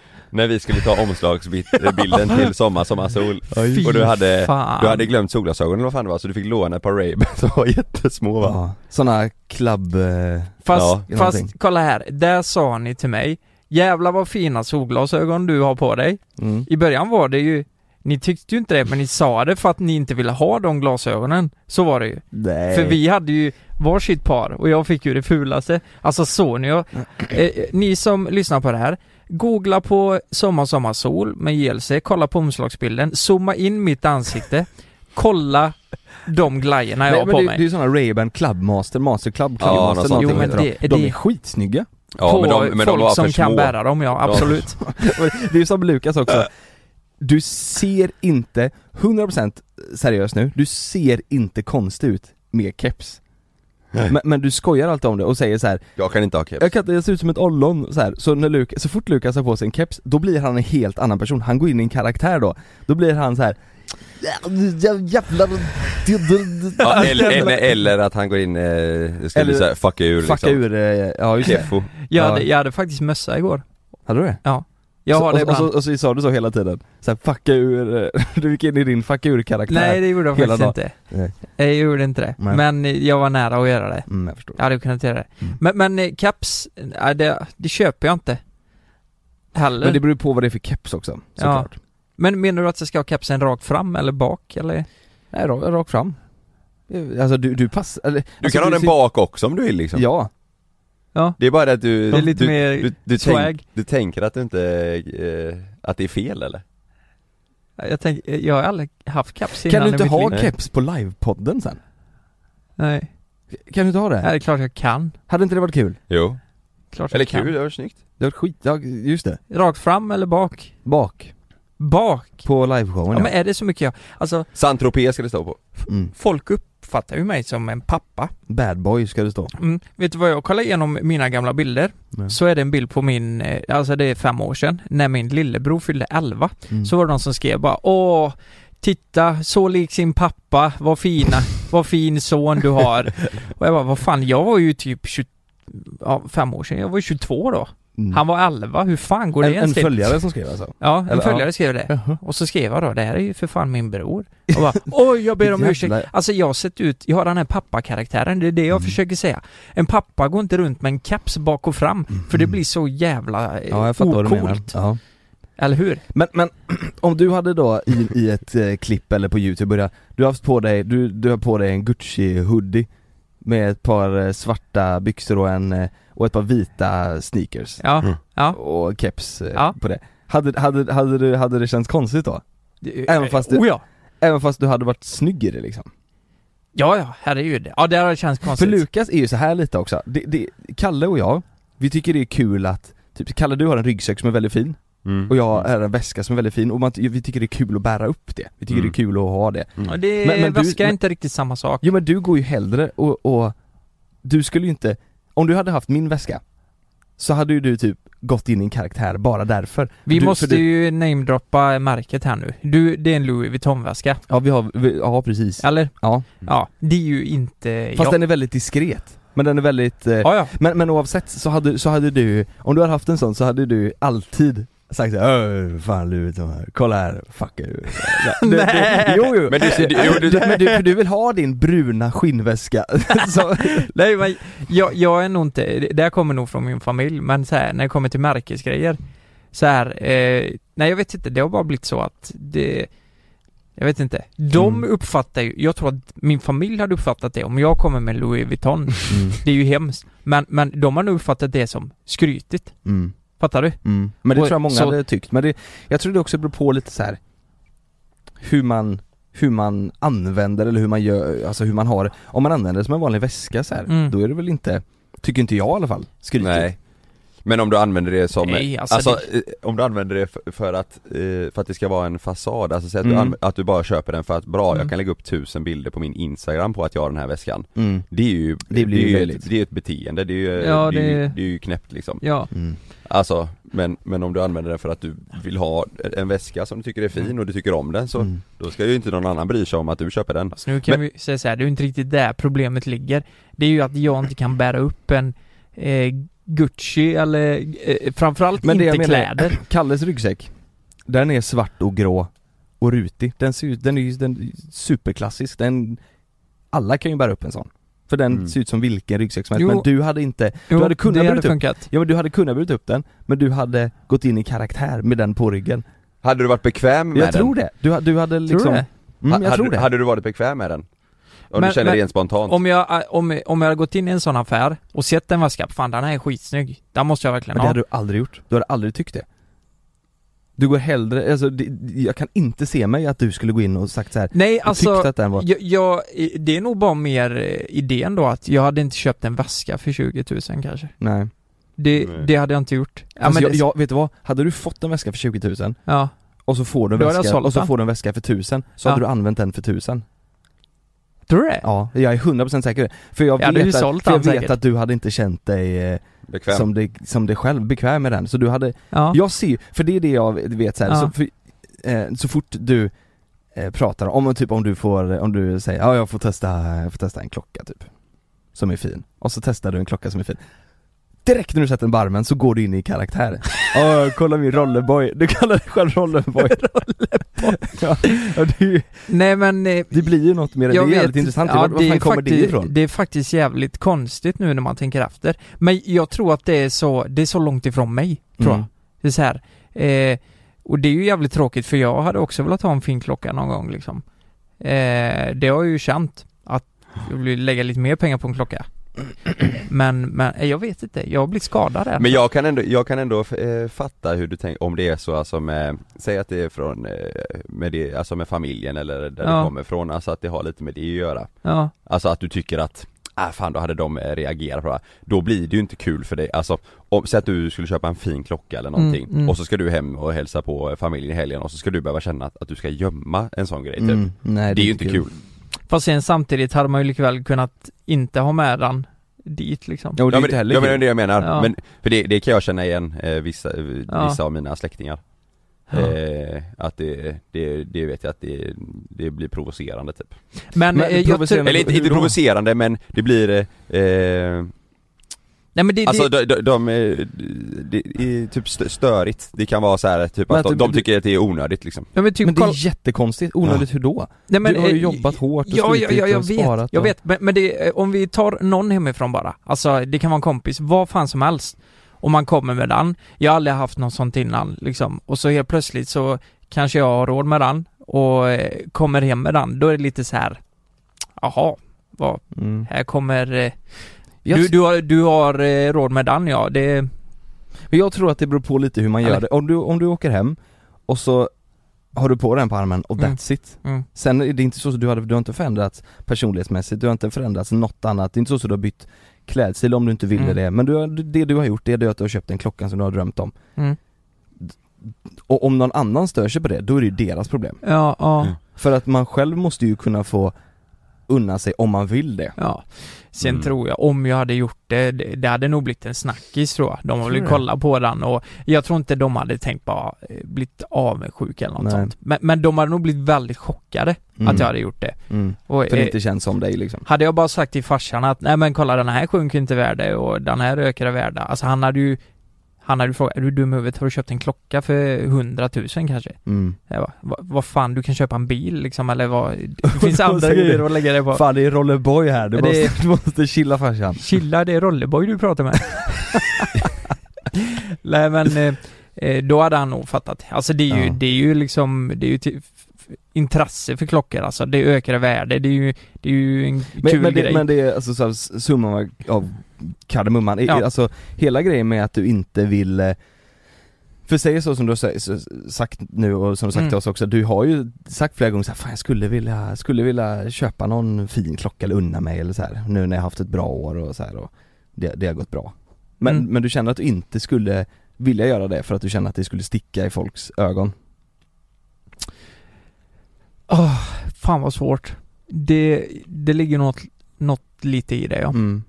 Speaker 2: när vi skulle ta omslagsbilden till Sommar Sommarsol och du hade,
Speaker 3: fan.
Speaker 2: du hade glömt solglasögonen eller vad fan det var så du fick låna ett par ray som var jättesmå va?
Speaker 1: Ja. Såna club... eh,
Speaker 3: Fast,
Speaker 1: Ja, någonting.
Speaker 3: fast kolla här, där sa ni till mig Jävlar vad fina solglasögon du har på dig.
Speaker 1: Mm.
Speaker 3: I början var det ju Ni tyckte ju inte det men ni sa det för att ni inte ville ha de glasögonen. Så var det ju.
Speaker 1: Nej.
Speaker 3: För vi hade ju varsitt par och jag fick ju det fulaste. Alltså så ni jag, eh, Ni som lyssnar på det här Googla på Sommar Sommar Sol med JLC, kolla på omslagsbilden, zooma in mitt ansikte, kolla de glajjorna jag
Speaker 1: Nej,
Speaker 3: har
Speaker 1: men
Speaker 3: på
Speaker 1: det,
Speaker 3: mig.
Speaker 1: det är ju såna Ray-Ban Clubmaster, Master Club,
Speaker 2: Ja,
Speaker 1: Clubmaster,
Speaker 2: något sånt.
Speaker 1: någonting
Speaker 3: Jo,
Speaker 1: heter
Speaker 3: men
Speaker 1: de.
Speaker 3: det-
Speaker 1: de
Speaker 3: det-
Speaker 1: är skitsnygga
Speaker 2: Ja,
Speaker 3: på
Speaker 2: men de- men de
Speaker 3: folk
Speaker 2: var
Speaker 3: som
Speaker 2: för
Speaker 3: kan
Speaker 2: små.
Speaker 3: bära dem ja,
Speaker 2: De-
Speaker 3: absolut.
Speaker 1: Och Det är som Lukas också, du ser inte, 100% seriös nu, du ser inte konstig ut med keps. Men, men du skojar alltid om det och säger så här.
Speaker 2: Jag kan inte ha keps.
Speaker 1: jag kan inte, jag ser ut som ett ollon så här. Så, när Luk- så fort Lukas har på sig en keps, då blir han en helt annan person, han går in i en karaktär då. Då blir han så här. "Ja, jag- Jävlar, du- du- du-
Speaker 2: Ja, eller, eller, eller att han går in, eh, ska
Speaker 1: Eller-
Speaker 2: bli såhär, fucka ur
Speaker 1: fucka
Speaker 2: liksom.
Speaker 1: ur, eh, ja just det.
Speaker 2: Keffo.
Speaker 3: Jag,
Speaker 1: Ja.
Speaker 3: hade, jag hade faktiskt mössa igår.
Speaker 1: Hade du det?
Speaker 3: Jag
Speaker 1: så,
Speaker 3: har det
Speaker 1: och, och,
Speaker 3: ibland.
Speaker 1: så, och så sa du så hela tiden, så här, fucka ur, eh, du gick in i din fucka ur-karaktär.
Speaker 3: Nej det gjorde jag
Speaker 1: hela
Speaker 3: faktiskt inte.
Speaker 1: Nej.
Speaker 3: Jag gjorde inte det.
Speaker 1: Nej.
Speaker 3: Men jag var nära att göra det.
Speaker 1: Mm, jag förstår.
Speaker 3: Jag hade kunnat göra det.
Speaker 1: Mm.
Speaker 3: Men, men eh, caps, eh, det, det köper jag inte. Heller.
Speaker 1: Men
Speaker 3: Men,
Speaker 1: det beror ju på vad det är för keps också, såklart.
Speaker 3: menar du att jag ska ha kepsen rakt fram eller bak eller?
Speaker 1: Nej, rakt, rakt fram. Alltså du, du passar, eller,
Speaker 2: Du kan ha den bak också om du vill liksom.
Speaker 1: Ja,
Speaker 2: Det är bara det att du,
Speaker 3: Det är lite
Speaker 2: du,
Speaker 3: mer
Speaker 2: du, du,
Speaker 3: swag.
Speaker 2: tänk, du tänker att du inte, eh, att det är fel eller?
Speaker 3: Jag tänker, jag har aldrig haft caps innan
Speaker 1: kan du inte
Speaker 3: i mitt
Speaker 1: ha
Speaker 3: liv.
Speaker 1: keps på livepodden sen?
Speaker 3: Nej.
Speaker 1: Kan du inte ha det?
Speaker 3: Ja, det är klart jag kan.
Speaker 1: Hade inte det varit kul?
Speaker 2: Jo.
Speaker 3: Klart jag
Speaker 2: Eller
Speaker 3: kan.
Speaker 2: kul, det var snyggt.
Speaker 1: Det var skit, ja, just det.
Speaker 3: Rakt fram eller bak?
Speaker 1: Bak,
Speaker 3: Bak?
Speaker 1: på liveshowen
Speaker 3: Ja,
Speaker 1: ja.
Speaker 3: men är det så mycket jag... Alltså,
Speaker 2: Saint-Tropez ska det stå på.
Speaker 1: mm.
Speaker 3: folk uppfattar ju mig som en pappa.
Speaker 1: Bad boy ska det stå.
Speaker 3: Mm. Vet du vad jag kollar igenom mina gamla bilder?
Speaker 1: Nej.
Speaker 3: Så är det en bild på min, eh, alltså det är fem år sedan, när min lillebror fyllde 11.
Speaker 1: Mm.
Speaker 3: Så var det någon som skrev bara Åh, titta, så lik sin pappa, vad fina, vad fin son du har. Och jag bara, vad fan, jag var ju typ 20, ja, fem år sedan, jag var ju 22 då.
Speaker 1: Mm.
Speaker 3: Han var 11, hur fan går det
Speaker 1: en, en
Speaker 3: ens till?
Speaker 1: följare som skrev alltså?
Speaker 3: Ja, en
Speaker 1: Eller,
Speaker 3: följare
Speaker 1: ja.
Speaker 3: skrev det. Och så skrev jag då, det här är ju för fan min bror. Och bara, oj jag ber om
Speaker 1: Jävlar.
Speaker 3: ursäkt. Alltså jag har sett ut, jag har den här pappakaraktären, det är det
Speaker 1: Mm.
Speaker 3: jag försöker säga. En pappa går inte runt med en kaps bak och fram, för det blir så jävla eh,
Speaker 1: Mm. Ja, jag fattar vad du menar.
Speaker 3: ocoolt.
Speaker 1: Ja.
Speaker 3: Eller hur?
Speaker 1: Men, men om du hade då i, i ett eh, klipp eller på youtube börjat, du har haft på dig, du, du har på dig en Gucci-hoodie med ett par eh, svarta byxor och en, eh, och ett par vita sneakers
Speaker 3: Ja,
Speaker 2: Mm.
Speaker 3: ja.
Speaker 1: och keps eh,
Speaker 3: Ja.
Speaker 1: på det. Hade, hade, hade, du, hade det känts konstigt då? Även fast du-
Speaker 3: Oh, ja.
Speaker 1: Även fast du hade varit snygg i det liksom?
Speaker 3: ja, ja, herregud. Ja, det hade känts
Speaker 1: För
Speaker 3: konstigt.
Speaker 1: Lukas är ju så här lite också, det, det, Kalle och jag, vi tycker det är kul att, typ Kalle du har en ryggsäck som är väldigt fin
Speaker 2: Mm.
Speaker 1: och jag
Speaker 3: eh,
Speaker 1: har en väska som är väldigt fin och man, vi tycker det är kul att bära upp det, vi tycker det
Speaker 2: Mm.
Speaker 1: är kul att ha det
Speaker 3: Ja, det är
Speaker 1: Men- men du-
Speaker 3: väska är
Speaker 1: men-
Speaker 3: inte riktigt samma sak.
Speaker 1: Jo men du går ju hellre och, och du skulle ju inte, om du hade haft min väska så hade ju du typ gått in i en karaktär bara därför.
Speaker 3: Vi
Speaker 1: du,
Speaker 3: måste
Speaker 1: för du,
Speaker 3: ju namedroppa märket här nu. Du, det är en Louis Vuitton-väska.
Speaker 1: Ja vi har, vi, ja precis. Ja.
Speaker 3: Eller? Ja, det är ju inte
Speaker 1: Mm. Fast
Speaker 3: jag.
Speaker 1: den är väldigt diskret. Men den är väldigt, eh,
Speaker 3: Ja, ja.
Speaker 1: men, men oavsett så hade, så hade du, om du hade haft en sån så hade du alltid sagt såhär "Öh, fan du vet de här, kolla här, fuck you. Ja, du, du,
Speaker 3: Nej.
Speaker 1: jo jo.
Speaker 2: Men du- du- jo, du-
Speaker 1: men du, för du vill ha din bruna skinnväska. så,
Speaker 3: Nej men jag, jag är nog inte, det här kommer nog från min familj, men så här, när det kommer till märkesgrejer så här, eh, nej jag vet inte, det har bara blivit så att det jag vet inte. De
Speaker 1: Mm.
Speaker 3: uppfattar ju, jag tror att min familj hade uppfattat det om jag kommer med Louis Vuitton.
Speaker 1: mm,
Speaker 3: Det är ju hemskt. Men, men de har nog uppfattat det som skrytigt.
Speaker 1: mm.
Speaker 3: Fattar du?
Speaker 1: Mm. Men det
Speaker 3: Och
Speaker 1: tror jag många
Speaker 3: så-
Speaker 1: hade tyckt, men det, jag tror det också beror på lite så här hur man, hur man använder eller hur man gör, alltså hur man har, om man använder det som en vanlig väska så här,
Speaker 3: Mm.
Speaker 1: då är det väl inte, tycker inte jag i alla fall, skrytigt.
Speaker 2: Nej. Men om du använder det som,
Speaker 3: Nej, alltså
Speaker 2: alltså, eh, om du använder det för, för att, eh, för att det ska vara en fasad, alltså säg att,
Speaker 1: Mm.
Speaker 2: du, anv- att du bara köper den för att bra,
Speaker 3: Mm.
Speaker 2: jag kan lägga upp tusen bilder på min instagram på att jag har den här väskan
Speaker 1: Mm.
Speaker 2: Det är ju,
Speaker 1: Det blir ju
Speaker 2: är ju
Speaker 1: löjligt.
Speaker 2: ett, det är ju ett beteende, det är ju,
Speaker 3: Ja,
Speaker 2: det... är
Speaker 3: det-
Speaker 2: ju, det är ju knäppt liksom
Speaker 3: Ja.
Speaker 1: Mm.
Speaker 2: Alltså, men, men om du använder den för att du vill ha en väska som du tycker är fin och du tycker om den så,
Speaker 1: Mm.
Speaker 2: då ska ju inte någon annan bry sig om att du köper den
Speaker 3: Alltså nu kan
Speaker 2: Men-
Speaker 3: vi säga så här, det är ju inte riktigt där problemet ligger. Det är ju att jag inte kan bära upp en eh, Gucci eller eh, framförallt
Speaker 1: Men det
Speaker 3: inte
Speaker 1: jag menar är-
Speaker 3: kläder.
Speaker 1: Kalles ryggsäck, den är svart och grå och rutig, den ser ut, den är ju den är superklassisk, den, alla kan ju bära upp en sån. För den
Speaker 2: Mm.
Speaker 1: ser ut som vilken ryggsäck som helst,
Speaker 3: Jo.
Speaker 1: men du hade inte,
Speaker 3: Jo,
Speaker 1: hade kunnat
Speaker 3: det
Speaker 1: bära
Speaker 3: hade
Speaker 1: ut upp.
Speaker 3: funkat.
Speaker 1: ja men du hade kunnat burit upp den, men du hade gått in i karaktär med den på ryggen.
Speaker 2: Hade du varit bekväm med
Speaker 1: Jag tror
Speaker 2: den?
Speaker 1: det. Du, du hade liksom...
Speaker 3: Tror du det?
Speaker 1: Mm, jag
Speaker 2: hade,
Speaker 1: tror det.
Speaker 2: Hade du varit bekväm med den? Om
Speaker 3: Men-
Speaker 2: du känner
Speaker 3: men-
Speaker 2: rent spontant?
Speaker 3: Om jag, eh, om, om jag hade gått in i en sån affär och sett en väska, fan den här är skitsnygg. Den måste jag
Speaker 1: Men
Speaker 3: verkligen
Speaker 1: det
Speaker 3: ha.
Speaker 1: hade du aldrig gjort. Du hade aldrig tyckt det. Du går hellre, alltså det, jag kan inte se mig att du skulle gå in och sagt så här.
Speaker 3: Nej
Speaker 1: och tyckt
Speaker 3: alltså,
Speaker 1: att den var...
Speaker 3: jag, jag, det är nog bara mer eh, idén då att jag hade inte köpt en väska för 20 000 kanske.
Speaker 1: Nej.
Speaker 3: Det,
Speaker 2: Nej.
Speaker 3: det hade jag inte gjort. Ja,
Speaker 1: Fast
Speaker 3: men
Speaker 1: jag,
Speaker 3: det,
Speaker 1: jag, vet du vad? Hade du fått en väska för 20 000
Speaker 3: ja.
Speaker 1: och så får du en
Speaker 3: Då hade jag
Speaker 1: väska,
Speaker 3: sålt
Speaker 1: och så
Speaker 3: den.
Speaker 1: får du en väska för 1000 så
Speaker 3: Ja.
Speaker 1: hade du använt den för 1000
Speaker 3: Tror du det?
Speaker 1: Ja, jag är 100% säker För jag
Speaker 3: Jag hade ju
Speaker 1: vet, att,
Speaker 3: sålt
Speaker 1: för jag
Speaker 3: den
Speaker 1: vet
Speaker 3: säkert.
Speaker 1: att du hade inte känt dig eh,
Speaker 2: Bekväm.
Speaker 1: som dig, som dig själv, bekväm med den. Så du hade,
Speaker 3: Ja.
Speaker 1: jag ser ju- för det är det jag vet så, här,
Speaker 3: Ja.
Speaker 1: så, för, eh, så fort du eh, pratar om, typ om du får, om du säger ja jag får testa, jag får testa en klocka typ, som är fin. Och så testar du en klocka som är fin. Direkt när du sätter den på armen så går du in i karaktär. Åh, kolla min rollerboy, du kallar dig själv rollerboy. ja, ja, det, är ju-
Speaker 3: Nej men... eh,
Speaker 1: det blir ju något mer, det är
Speaker 3: jag vet-
Speaker 1: jävligt intressant. Ja, Var var
Speaker 3: är
Speaker 1: fan kommer det
Speaker 3: faktiskt-
Speaker 1: ifrån?
Speaker 3: Det är faktiskt jävligt konstigt nu när man tänker efter. Men jag tror att det är så, det är så långt ifrån mig, tror
Speaker 1: Mm.
Speaker 3: jag. Det är så här, eh, och det är ju jävligt tråkigt för jag hade också velat ha en fin klocka någon gång liksom. Eh, det har jag ju känt, att jag vill lägga lite mer pengar på en klocka. Men, men eh, jag vet inte, jag har blivit skadad där.
Speaker 2: Men jag kan ändå, jag kan ändå eh, fatta hur du tänker, om det är så alltså med, säg att det är från, eh, med det, alltså med familjen eller där
Speaker 3: Ja.
Speaker 2: du kommer ifrån, alltså att det har lite med det att göra
Speaker 3: Ja,
Speaker 2: Alltså att du tycker att, ah fan då hade de eh, reagerat på det här. Då blir det ju inte kul för dig, alltså om, säg att du skulle köpa en fin klocka eller någonting
Speaker 3: Mm, mm.
Speaker 2: och så ska du hem och hälsa på eh, familjen i helgen och så ska du behöva känna att, att du ska gömma en sån grej typ.
Speaker 1: Mm, nej,
Speaker 2: Det är ju inte kul.
Speaker 3: fast sen samtidigt hade man ju likväl kunnat inte ha med den dit liksom.
Speaker 1: Ja, och det är
Speaker 2: Ja,
Speaker 1: ju
Speaker 2: men,
Speaker 1: inte
Speaker 2: ja,
Speaker 1: heller
Speaker 2: men det
Speaker 1: kul.
Speaker 2: är det jag menar.
Speaker 3: Ja.
Speaker 2: Men, för det, det kan jag känna igen eh, vissa, eh,
Speaker 3: Ja.
Speaker 2: vissa av mina släktingar eh, Att det, det, det vet jag att det, det blir provocerande typ
Speaker 3: Men,
Speaker 1: Men
Speaker 3: eh, jag
Speaker 1: provocerande-
Speaker 3: tror...
Speaker 2: Eller inte,
Speaker 1: hur
Speaker 2: inte
Speaker 1: då?
Speaker 2: provocerande men det blir eh, eh,
Speaker 3: Nej men det, det,
Speaker 2: Alltså de, de, de, eh, det är typ stö- störigt, det kan vara så här typ
Speaker 1: Men
Speaker 2: att de,
Speaker 1: att
Speaker 2: de
Speaker 1: du-
Speaker 2: tycker att det är onödigt liksom
Speaker 3: ja, men typ,
Speaker 1: Men det
Speaker 3: kolla-
Speaker 1: är jättekonstigt, onödigt hur då?
Speaker 3: Nej, men,
Speaker 1: du har ju
Speaker 3: eh,
Speaker 1: jobbat hårt och
Speaker 3: ja, ja,
Speaker 1: slitit
Speaker 3: ja, jag
Speaker 1: och
Speaker 3: vet,
Speaker 1: sparat
Speaker 3: Jag
Speaker 1: och-
Speaker 3: vet, men, men det, eh, om vi tar någon hemifrån bara, alltså det kan vara en kompis, vad fan som helst. Om man kommer med den, jag har aldrig haft något sånt innan liksom, och så helt plötsligt så kanske jag har råd med den och eh, kommer hem med den, då är det lite så här. jaha, vad,
Speaker 1: Mm.
Speaker 3: här kommer, eh,
Speaker 1: Jag,
Speaker 3: du, du har, du har eh, råd med den ja, det,
Speaker 1: men jag tror att det beror på lite hur man gör
Speaker 3: Eller-
Speaker 1: det. Om du, om du åker hem och så har du på den på armen och
Speaker 3: Mm.
Speaker 1: that's it.
Speaker 3: mm,
Speaker 1: Sen är det inte så att du, hade, du har inte förändrats personlighetsmässigt, du har inte förändrats något annat. Det är inte så att du har bytt klädstil om du inte ville
Speaker 3: Mm.
Speaker 1: det. Men du, har- det du har gjort det är att du har köpt en klocka som du har drömt om.
Speaker 3: Mm.
Speaker 1: Och om någon annan stör sig på det, då är det ju deras problem.
Speaker 3: ja, ja.
Speaker 2: Mm.
Speaker 1: För att man själv måste ju kunna få unna sig om man vill det.
Speaker 3: Ja. Sen
Speaker 2: Mm.
Speaker 3: tror jag, om jag hade gjort det, det, det hade nog blivit en snackis tror jag. De har
Speaker 1: Tror
Speaker 3: väl
Speaker 1: du?
Speaker 3: kollat på den och jag tror inte de hade tänkt bara eh, blivit avundsjuka eller något
Speaker 1: Nej.
Speaker 3: sånt. Men, men de hade nog blivit väldigt chockade
Speaker 1: Mm.
Speaker 3: att jag hade gjort det.
Speaker 1: Mm.
Speaker 3: Och,
Speaker 1: För det
Speaker 3: eh,
Speaker 1: inte känns som dig liksom.
Speaker 3: hade jag bara sagt till farsan att nej men kolla den här sjunker inte i värde och den här ökar i värde. Alltså han hade ju han hade ju frågat, är du dum i huvudet? Har du köpt en klocka för 100 000 kanske?
Speaker 1: Mm.
Speaker 3: Jag bara, "Va- Vad fan, du kan köpa en bil liksom eller vad? Det finns
Speaker 1: då
Speaker 3: andra
Speaker 1: säger du,
Speaker 3: grejer att lägga det på.
Speaker 1: Fan det är rollerboy här, du,
Speaker 3: Det-
Speaker 1: måste, du måste chilla farsan.
Speaker 3: Chilla, det är Rolleboy du pratar med. Nej men, eh, eh, då hade han nog fattat. Alltså det är ju,
Speaker 1: Ja.
Speaker 3: det är ju liksom, det är ju till, f- f- intresse för klockor alltså. Det ökar i värde, det är ju, det är ju en kul
Speaker 1: Men, men, det,
Speaker 3: grej.
Speaker 1: men det är alltså så här, s- summan av- av kardemumman, I-
Speaker 3: Ja.
Speaker 1: alltså hela grejen med att du inte vill eh, för säg så som du har sa- s- sagt nu och som du sagt
Speaker 3: Mm.
Speaker 1: till oss också, du har ju sagt flera gånger så här, fan jag skulle vilja, skulle vilja köpa någon fin klocka eller unna mig eller så här, nu när jag haft ett bra år och så här och det, det har gått bra. Men,
Speaker 3: Mm.
Speaker 1: men du känner att du inte skulle vilja göra det för att du känner att det skulle sticka i folks ögon?
Speaker 3: Åh, fan vad svårt. Det, det ligger något, något lite i det ja.
Speaker 1: Mm.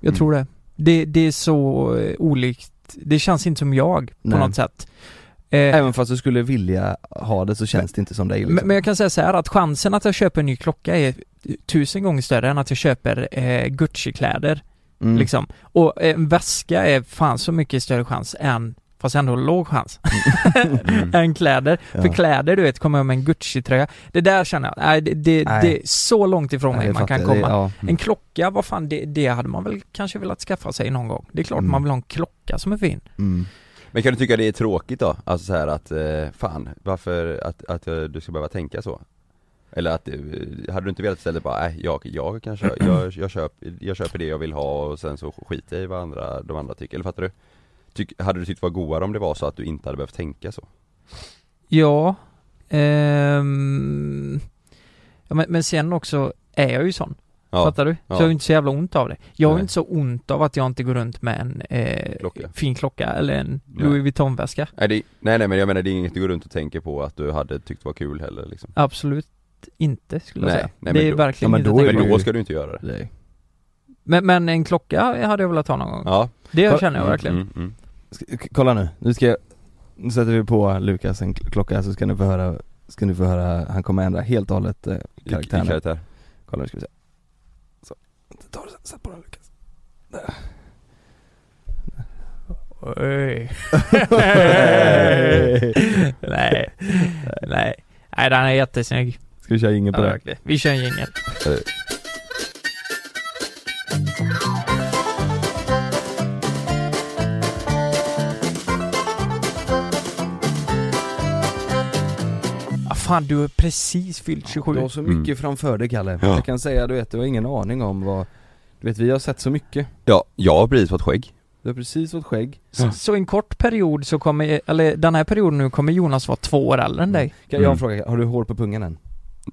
Speaker 3: Jag
Speaker 1: Mm.
Speaker 3: tror det. det. Det är så eh, olikt, det känns inte som jag på
Speaker 1: Nej.
Speaker 3: något sätt. Eh,
Speaker 1: Även fast du skulle vilja ha det så känns det inte som dig liksom.
Speaker 3: Men, men jag kan säga så här att chansen att jag köper en ny klocka är tusen gånger större än att jag köper eh, Gucci-kläder
Speaker 1: Mm.
Speaker 3: liksom. Och en väska är fan så mycket större chans än, fast ändå låg chans, än kläder.
Speaker 1: Mm. Ja.
Speaker 3: För kläder, du vet, kommer jag med en Gucci-tröja. Det där känner jag, nej det, det,
Speaker 1: Nej.
Speaker 3: det är så långt ifrån
Speaker 1: Nej,
Speaker 3: mig
Speaker 1: det
Speaker 3: man
Speaker 1: fattar
Speaker 3: kan
Speaker 1: jag. Det-
Speaker 3: komma.
Speaker 1: ja.
Speaker 3: En klocka, vad fan, det, det hade man väl kanske velat skaffa sig någon gång. Det är klart
Speaker 1: Mm.
Speaker 3: man vill ha en klocka som är fin.
Speaker 1: Mm.
Speaker 2: Men kan du tycka det är tråkigt då? Alltså så här att, eh, fan, varför att, att eh, du ska behöva tänka så? Eller att, eh, hade du inte velat istället bara, äh, jag, jag kan köpa, jag, jag, köp, jag köper det jag vill ha och sen så skiter jag i vad andra, de andra tycker, eller fattar du? Tyck, hade du tyckt det var godare om det var så att du inte hade behövt tänka så?
Speaker 3: Ja. ehm, ja men, men sen också är jag ju sån.
Speaker 2: Ja.
Speaker 3: Fattar du?
Speaker 2: Ja.
Speaker 3: Så jag har ju inte så jävla ont av det. Jag har ju
Speaker 2: Nej.
Speaker 3: inte så ont av att jag inte går runt med en eh,
Speaker 2: Klocka.
Speaker 3: fin klocka eller en
Speaker 2: Nej.
Speaker 3: Louis Vuitton-väska.
Speaker 2: Nej, det, nej nej men jag menar det är inget du går runt och tänker på att du hade tyckt var kul heller liksom
Speaker 3: Absolut inte skulle
Speaker 2: Nej,
Speaker 3: jag säga.
Speaker 2: nej, men
Speaker 3: det är
Speaker 2: då-
Speaker 3: verkligen
Speaker 1: ja, men
Speaker 3: inte
Speaker 1: då är
Speaker 3: tänkt
Speaker 2: Men
Speaker 1: det
Speaker 3: på.
Speaker 2: då ska du inte göra det
Speaker 1: Nej.
Speaker 3: men, men en klocka hade jag velat ha någon gång.
Speaker 2: Ja,
Speaker 3: Det
Speaker 1: Kolla-
Speaker 3: känner jag verkligen.
Speaker 2: Mm, mm.
Speaker 1: Ska- k- Kolla nu, nu ska jag, nu sätter vi på Lukas en kl- klocka så ska ni få höra, ska ni få höra, han kommer ändra helt och hållet eh,
Speaker 2: I, i
Speaker 1: karaktären.
Speaker 2: karaktär
Speaker 1: Kolla nu ska vi se. Så, ta det, sätt på den Lukas. Där.
Speaker 3: Oj. nej. nej. Nej. Nej, den är jättesnygg.
Speaker 1: Ska vi köra ingen på
Speaker 3: Ja,
Speaker 1: det?
Speaker 3: verkligen. Vi kör en jingel. Ah, fan, du har precis fyllt 27.
Speaker 1: Du har så mycket
Speaker 2: Mm.
Speaker 1: framför dig Kalle.
Speaker 2: Ja.
Speaker 1: Jag kan säga du vet, du har ingen aning om vad, du vet vi har sett så mycket.
Speaker 2: Ja, jag har precis fått skägg
Speaker 1: Du har precis fått skägg.
Speaker 3: Så, så en kort period så kommer, eller den här perioden nu kommer Jonas vara två år äldre än dig.
Speaker 1: Kan jag
Speaker 2: Mm.
Speaker 1: fråga, har du hår på pungen än?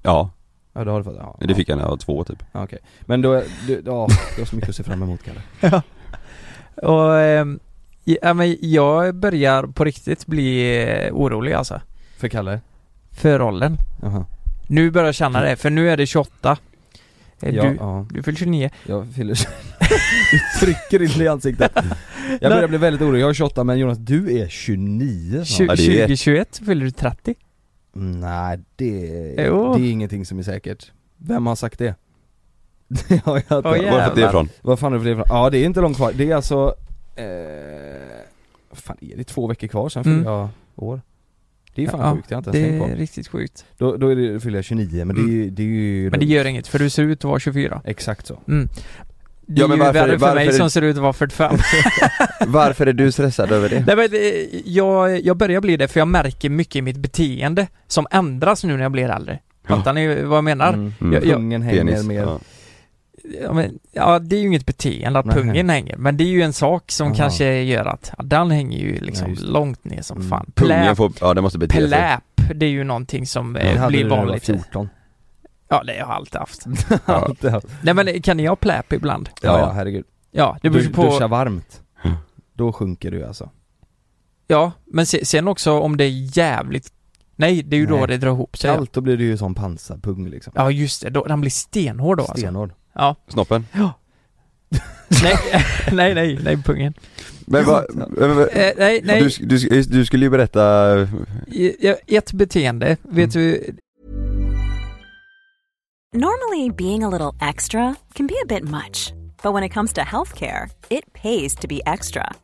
Speaker 2: Ja,
Speaker 1: Ja det har du fått, ja.
Speaker 2: det fick jag när jag var två typ
Speaker 1: Ja, okej. Men då, du, ja, du har så mycket att se fram emot Kalle.
Speaker 3: Och, ehm, ja, men jag börjar på riktigt bli eh, orolig alltså.
Speaker 1: För Kalle?
Speaker 3: För rollen.
Speaker 1: Jaha.
Speaker 3: Nu börjar jag känna det, för nu är det 28. Eh,
Speaker 1: Ja,
Speaker 3: Du,
Speaker 1: ja,
Speaker 3: du fyller 29.
Speaker 1: jag fyller Du trycker in det i ansiktet. Jag börjar bli väldigt orolig, jag är 28 men Jonas du är 29 snart.
Speaker 3: Tju-
Speaker 2: Ja, det är-
Speaker 3: 2021 fyller du 30.
Speaker 1: Nej det,
Speaker 3: Jo.
Speaker 1: det är ingenting som är säkert. Vem har sagt det? Det har jag inte.
Speaker 3: Oj.
Speaker 2: Var har du fått det
Speaker 3: jävlar.
Speaker 2: ifrån?
Speaker 1: Vad fan är det för det? Ja det är inte långt kvar, det är alltså... Eh, vad fan är det? Två veckor kvar sen fyller
Speaker 3: Mm.
Speaker 1: jag år. Det är fan
Speaker 3: Ja,
Speaker 1: sjukt, jag har inte ens
Speaker 3: Det
Speaker 1: tänkt
Speaker 3: är
Speaker 1: på.
Speaker 3: riktigt sjukt.
Speaker 1: Då, då är det, fyller jag 29 men det, är ju- det är ju...
Speaker 3: Men det gör inget, för du ser ut att vara 24.
Speaker 1: Exakt så.
Speaker 3: Det
Speaker 2: Ja,
Speaker 3: är
Speaker 2: men
Speaker 3: ju
Speaker 2: varför-
Speaker 3: värre för
Speaker 2: varför
Speaker 3: mig
Speaker 2: är det-
Speaker 3: som ser ut att vara 45.
Speaker 2: Varför är du stressad över det?
Speaker 3: Nej, men, eh, jag, jag börjar bli det för jag märker mycket i mitt beteende som ändras nu när jag blir äldre.
Speaker 2: Ja.
Speaker 3: Fattar ni vad jag menar?
Speaker 1: Mm.
Speaker 2: Mm.
Speaker 3: Jag-
Speaker 1: Pungen hänger
Speaker 2: Penis.
Speaker 1: mer.
Speaker 2: Ja.
Speaker 3: Ja, men, ja det är ju inget beteende att
Speaker 1: Nej.
Speaker 3: pungen hänger, men det är ju en sak som
Speaker 1: Aha.
Speaker 3: kanske gör att, ja, den hänger ju liksom
Speaker 1: Ja, just det.
Speaker 3: långt ner som
Speaker 1: Mm.
Speaker 3: fan.
Speaker 2: Pungen
Speaker 3: Pläp,
Speaker 2: får, ja det måste bete sig
Speaker 3: pläp, det är ju någonting som
Speaker 1: Det
Speaker 3: eh,
Speaker 1: hade
Speaker 3: blir
Speaker 1: du när du var
Speaker 3: vanligt.
Speaker 1: 14.
Speaker 3: Ja, det har jag alltid haft.
Speaker 2: Ja.
Speaker 1: ja,
Speaker 3: Nej men kan jag ha pläp ibland?
Speaker 1: ja, ja herregud.
Speaker 3: Ja, det
Speaker 1: Du
Speaker 3: beror ju på...
Speaker 1: Duscha varmt. Då sjunker du alltså.
Speaker 3: Ja, men se, sen också om det är jävligt... Nej, det är ju då
Speaker 1: Nej.
Speaker 3: det drar ihop sig.
Speaker 1: Kallt, då blir det ju sån pansarpung liksom.
Speaker 3: Ja, just det. Då, den blir stenhård då alltså.
Speaker 1: Stenhård.
Speaker 3: Ja.
Speaker 2: Snoppen?
Speaker 3: nej, nej, nej, nej, pungen.
Speaker 2: Men vad, men vad-
Speaker 3: Eh, nej, nej.
Speaker 2: Du, sk- du, sk- du skulle ju berätta,
Speaker 3: Ja, Ett beteende, vet
Speaker 1: Mm.
Speaker 3: du,
Speaker 4: Normally, being a little extra can be a bit much, but when it comes to healthcare, it pays to be extra.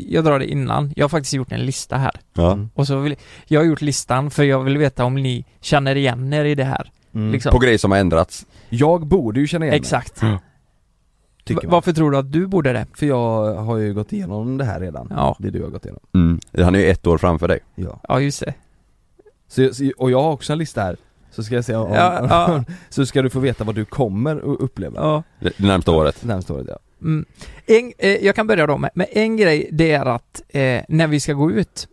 Speaker 3: jag drar det innan. Jag har faktiskt gjort en lista här.
Speaker 2: ja.
Speaker 1: Mm.
Speaker 3: Och så vill, jag har gjort listan för jag vill veta om ni känner igen er i det här.
Speaker 1: Mm.
Speaker 3: Liksom.
Speaker 2: på grejer som har ändrats
Speaker 1: Jag borde ju känna igen mig,
Speaker 3: Exakt.
Speaker 1: tycker
Speaker 3: Va-
Speaker 1: man.
Speaker 3: Varför tror du att du borde det?
Speaker 1: För jag har ju gått igenom det här redan.
Speaker 3: Ja.
Speaker 1: Det du har gått igenom.
Speaker 2: mm. Han är ju ett år framför dig
Speaker 1: Ja.
Speaker 3: Ja, just det.
Speaker 1: Så, så- och jag har också en lista här. Så ska jag se om,
Speaker 3: Ja, ja.
Speaker 1: Så ska du få veta vad du kommer att uppleva
Speaker 3: Ja.
Speaker 2: det det närmsta året
Speaker 1: närmsta året ja.
Speaker 3: Mm. En, eh, jag kan börja då med, med en grej, det är att eh, när vi ska gå ut,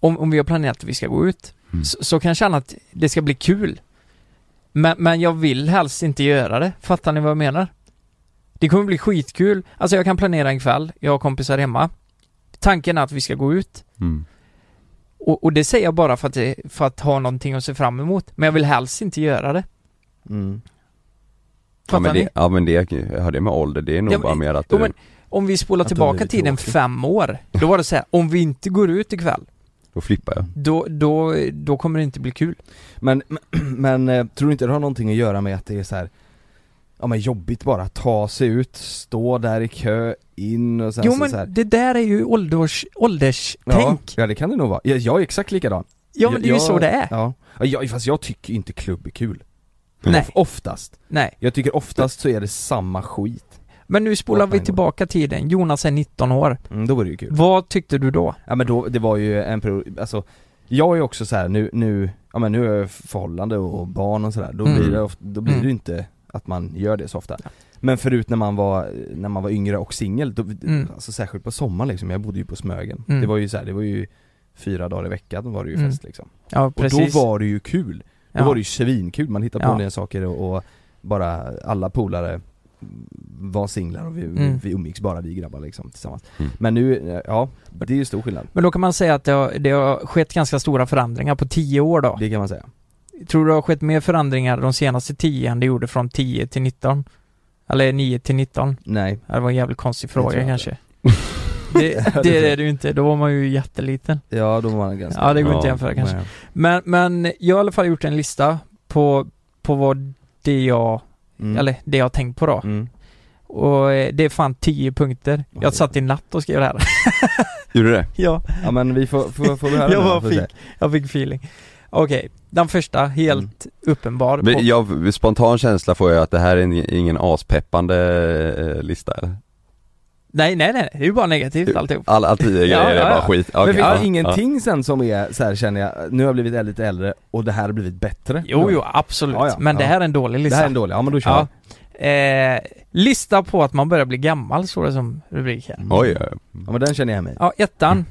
Speaker 3: om, om vi har planerat att vi ska gå ut,
Speaker 2: Mm.
Speaker 3: så, så kan jag känna att det ska bli kul. Men, men jag vill helst inte göra det, fattar ni vad jag menar? Det kommer bli skitkul. Alltså jag kan planera en kväll, jag har kompisar hemma. Tanken är att vi ska gå ut.
Speaker 2: mm.
Speaker 3: Och, och det säger jag bara för att, det- för att ha någonting att se fram emot. Men jag vill helst inte göra det.
Speaker 1: Mm.
Speaker 2: ja,
Speaker 3: Fattar
Speaker 2: men
Speaker 3: ni?
Speaker 2: det, ja men det, ja, det med ålder, det är nog
Speaker 3: Ja, men-
Speaker 2: bara mer att
Speaker 3: Jo,
Speaker 2: du,
Speaker 3: men om vi spolar
Speaker 1: Att det
Speaker 3: tillbaka
Speaker 1: blir
Speaker 3: tiden
Speaker 1: tråkigt.
Speaker 3: fem år, då var det så här, om vi inte går ut ikväll,
Speaker 2: då flippar jag
Speaker 3: då, då, då kommer det inte bli kul.
Speaker 1: Men, men eh, tror du inte det har någonting att göra med att det är så här Ja men jobbigt bara, att ta sig ut, stå där i kö, in och sen
Speaker 3: jo
Speaker 1: Alltså, så,
Speaker 3: men
Speaker 1: så här.
Speaker 3: det där är ju ålders,
Speaker 1: Ja,
Speaker 3: ålderstänk. Ja,
Speaker 1: ja det kan det nog vara. Jag, jag är exakt likadan.
Speaker 3: men det är ju
Speaker 1: Jag-
Speaker 3: så det är.
Speaker 1: Ja. ja jag, fast jag tycker inte klubb är kul.
Speaker 3: Nej.
Speaker 1: Oftast.
Speaker 3: Nej.
Speaker 1: Jag tycker oftast så är det samma skit.
Speaker 3: Men nu spolar vi tillbaka tiden, Jonas är 19 år.
Speaker 1: Mm, då var det ju kul.
Speaker 3: Vad tyckte du då?
Speaker 1: Ja men då, det var ju en period, alltså jag är också så här nu, nu, ja men nu är jag förhållande och barn och sådär, då
Speaker 3: Mm.
Speaker 1: blir det ofta, då blir det
Speaker 3: Mm.
Speaker 1: ju inte att man gör det så ofta. Men förut när man var, när man var yngre och singel, då-
Speaker 3: Mm.
Speaker 1: alltså särskilt på sommaren liksom, jag bodde ju på Smögen.
Speaker 3: Mm.
Speaker 1: Det var ju så här, det var ju fyra dagar i veckan var det ju
Speaker 3: Mm.
Speaker 1: fest liksom.
Speaker 3: Ja
Speaker 1: Och
Speaker 3: precis.
Speaker 1: då var det ju kul, då
Speaker 3: ja.
Speaker 1: var det ju svinkul, man hittade på
Speaker 3: Ja.
Speaker 1: nya saker och, och bara alla polare var singlar och vi,
Speaker 3: Mm.
Speaker 1: vi umgicks bara vi grabbar liksom tillsammans.
Speaker 2: Mm.
Speaker 1: Men nu, ja, det är ju stor skillnad.
Speaker 3: Men då kan man säga att det har, det har skett ganska stora förändringar på 10 år då.
Speaker 1: Det kan man säga.
Speaker 3: Tror du det har skett mer förändringar de senaste 10 än det gjorde från 10 till 19? Eller 9 till 19?
Speaker 1: Nej,
Speaker 3: Ja, Det var en jävligt konstig
Speaker 1: tror
Speaker 3: fråga
Speaker 1: jag
Speaker 3: kanske. Det,
Speaker 1: tror
Speaker 3: det
Speaker 1: jag.
Speaker 3: är det ju inte, då var man ju jätteliten.
Speaker 1: ja då var man ganska
Speaker 3: Ja, det går inte
Speaker 2: Ja,
Speaker 3: att jämföra kanske.
Speaker 1: Nej.
Speaker 3: Men, men jag har i alla fall gjort en lista på, på vad det jag,
Speaker 1: Mm.
Speaker 3: eller det jag har tänkt på då.
Speaker 1: mm.
Speaker 3: Och eh, det är fan 10 punkter.
Speaker 1: Oj.
Speaker 3: Jag satt i natt och skrev det här.
Speaker 2: Gjorde du det?
Speaker 3: ja,
Speaker 1: Ja men vi får, får, får vi höra
Speaker 3: Jag
Speaker 1: nu då,
Speaker 3: bara
Speaker 1: får vi se.
Speaker 3: jag fick feeling. Okej, den första, helt
Speaker 1: Mm.
Speaker 3: uppenbar.
Speaker 2: Vi-
Speaker 3: på-
Speaker 2: Jag, spontan känsla får jag att det här är en- ingen aspeppande eh, lista eller?
Speaker 3: Nej, nej, nej, det är ju bara negativt alltihop.
Speaker 2: All, all tidigare
Speaker 3: Ja,
Speaker 2: grejer
Speaker 3: ja,
Speaker 2: är bara
Speaker 3: ja.
Speaker 2: skit. Okej,
Speaker 1: Men finns
Speaker 2: ja,
Speaker 1: det ingenting sen som är så här känner jag, nu har jag blivit lite äldre och det här har blivit bättre?
Speaker 3: Jo, jo, absolut.
Speaker 1: Ja, ja,
Speaker 3: men det
Speaker 1: ja.
Speaker 3: här är en dålig
Speaker 1: Det
Speaker 3: lista.
Speaker 1: här är en dålig, ja men då kör
Speaker 3: Ja.
Speaker 1: ja.
Speaker 3: Eh, lista på att man börjar bli gammal, står det som rubrik här.
Speaker 2: Ja. Oj, oj,
Speaker 1: Mm. Ja men den känner jag mig
Speaker 3: Ja, ettan.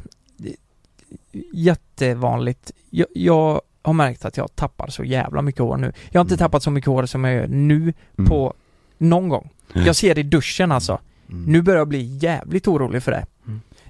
Speaker 3: Jättevanligt. Jag, jag har märkt att jag tappar så jävla mycket hår nu. Jag har inte
Speaker 1: Mm.
Speaker 3: tappat så mycket hår som jag gör nu
Speaker 2: Mm.
Speaker 3: på någon gång.
Speaker 2: Mm.
Speaker 3: Jag ser det i duschen alltså.
Speaker 1: mm.
Speaker 3: Nu börjar jag bli jävligt orolig för det.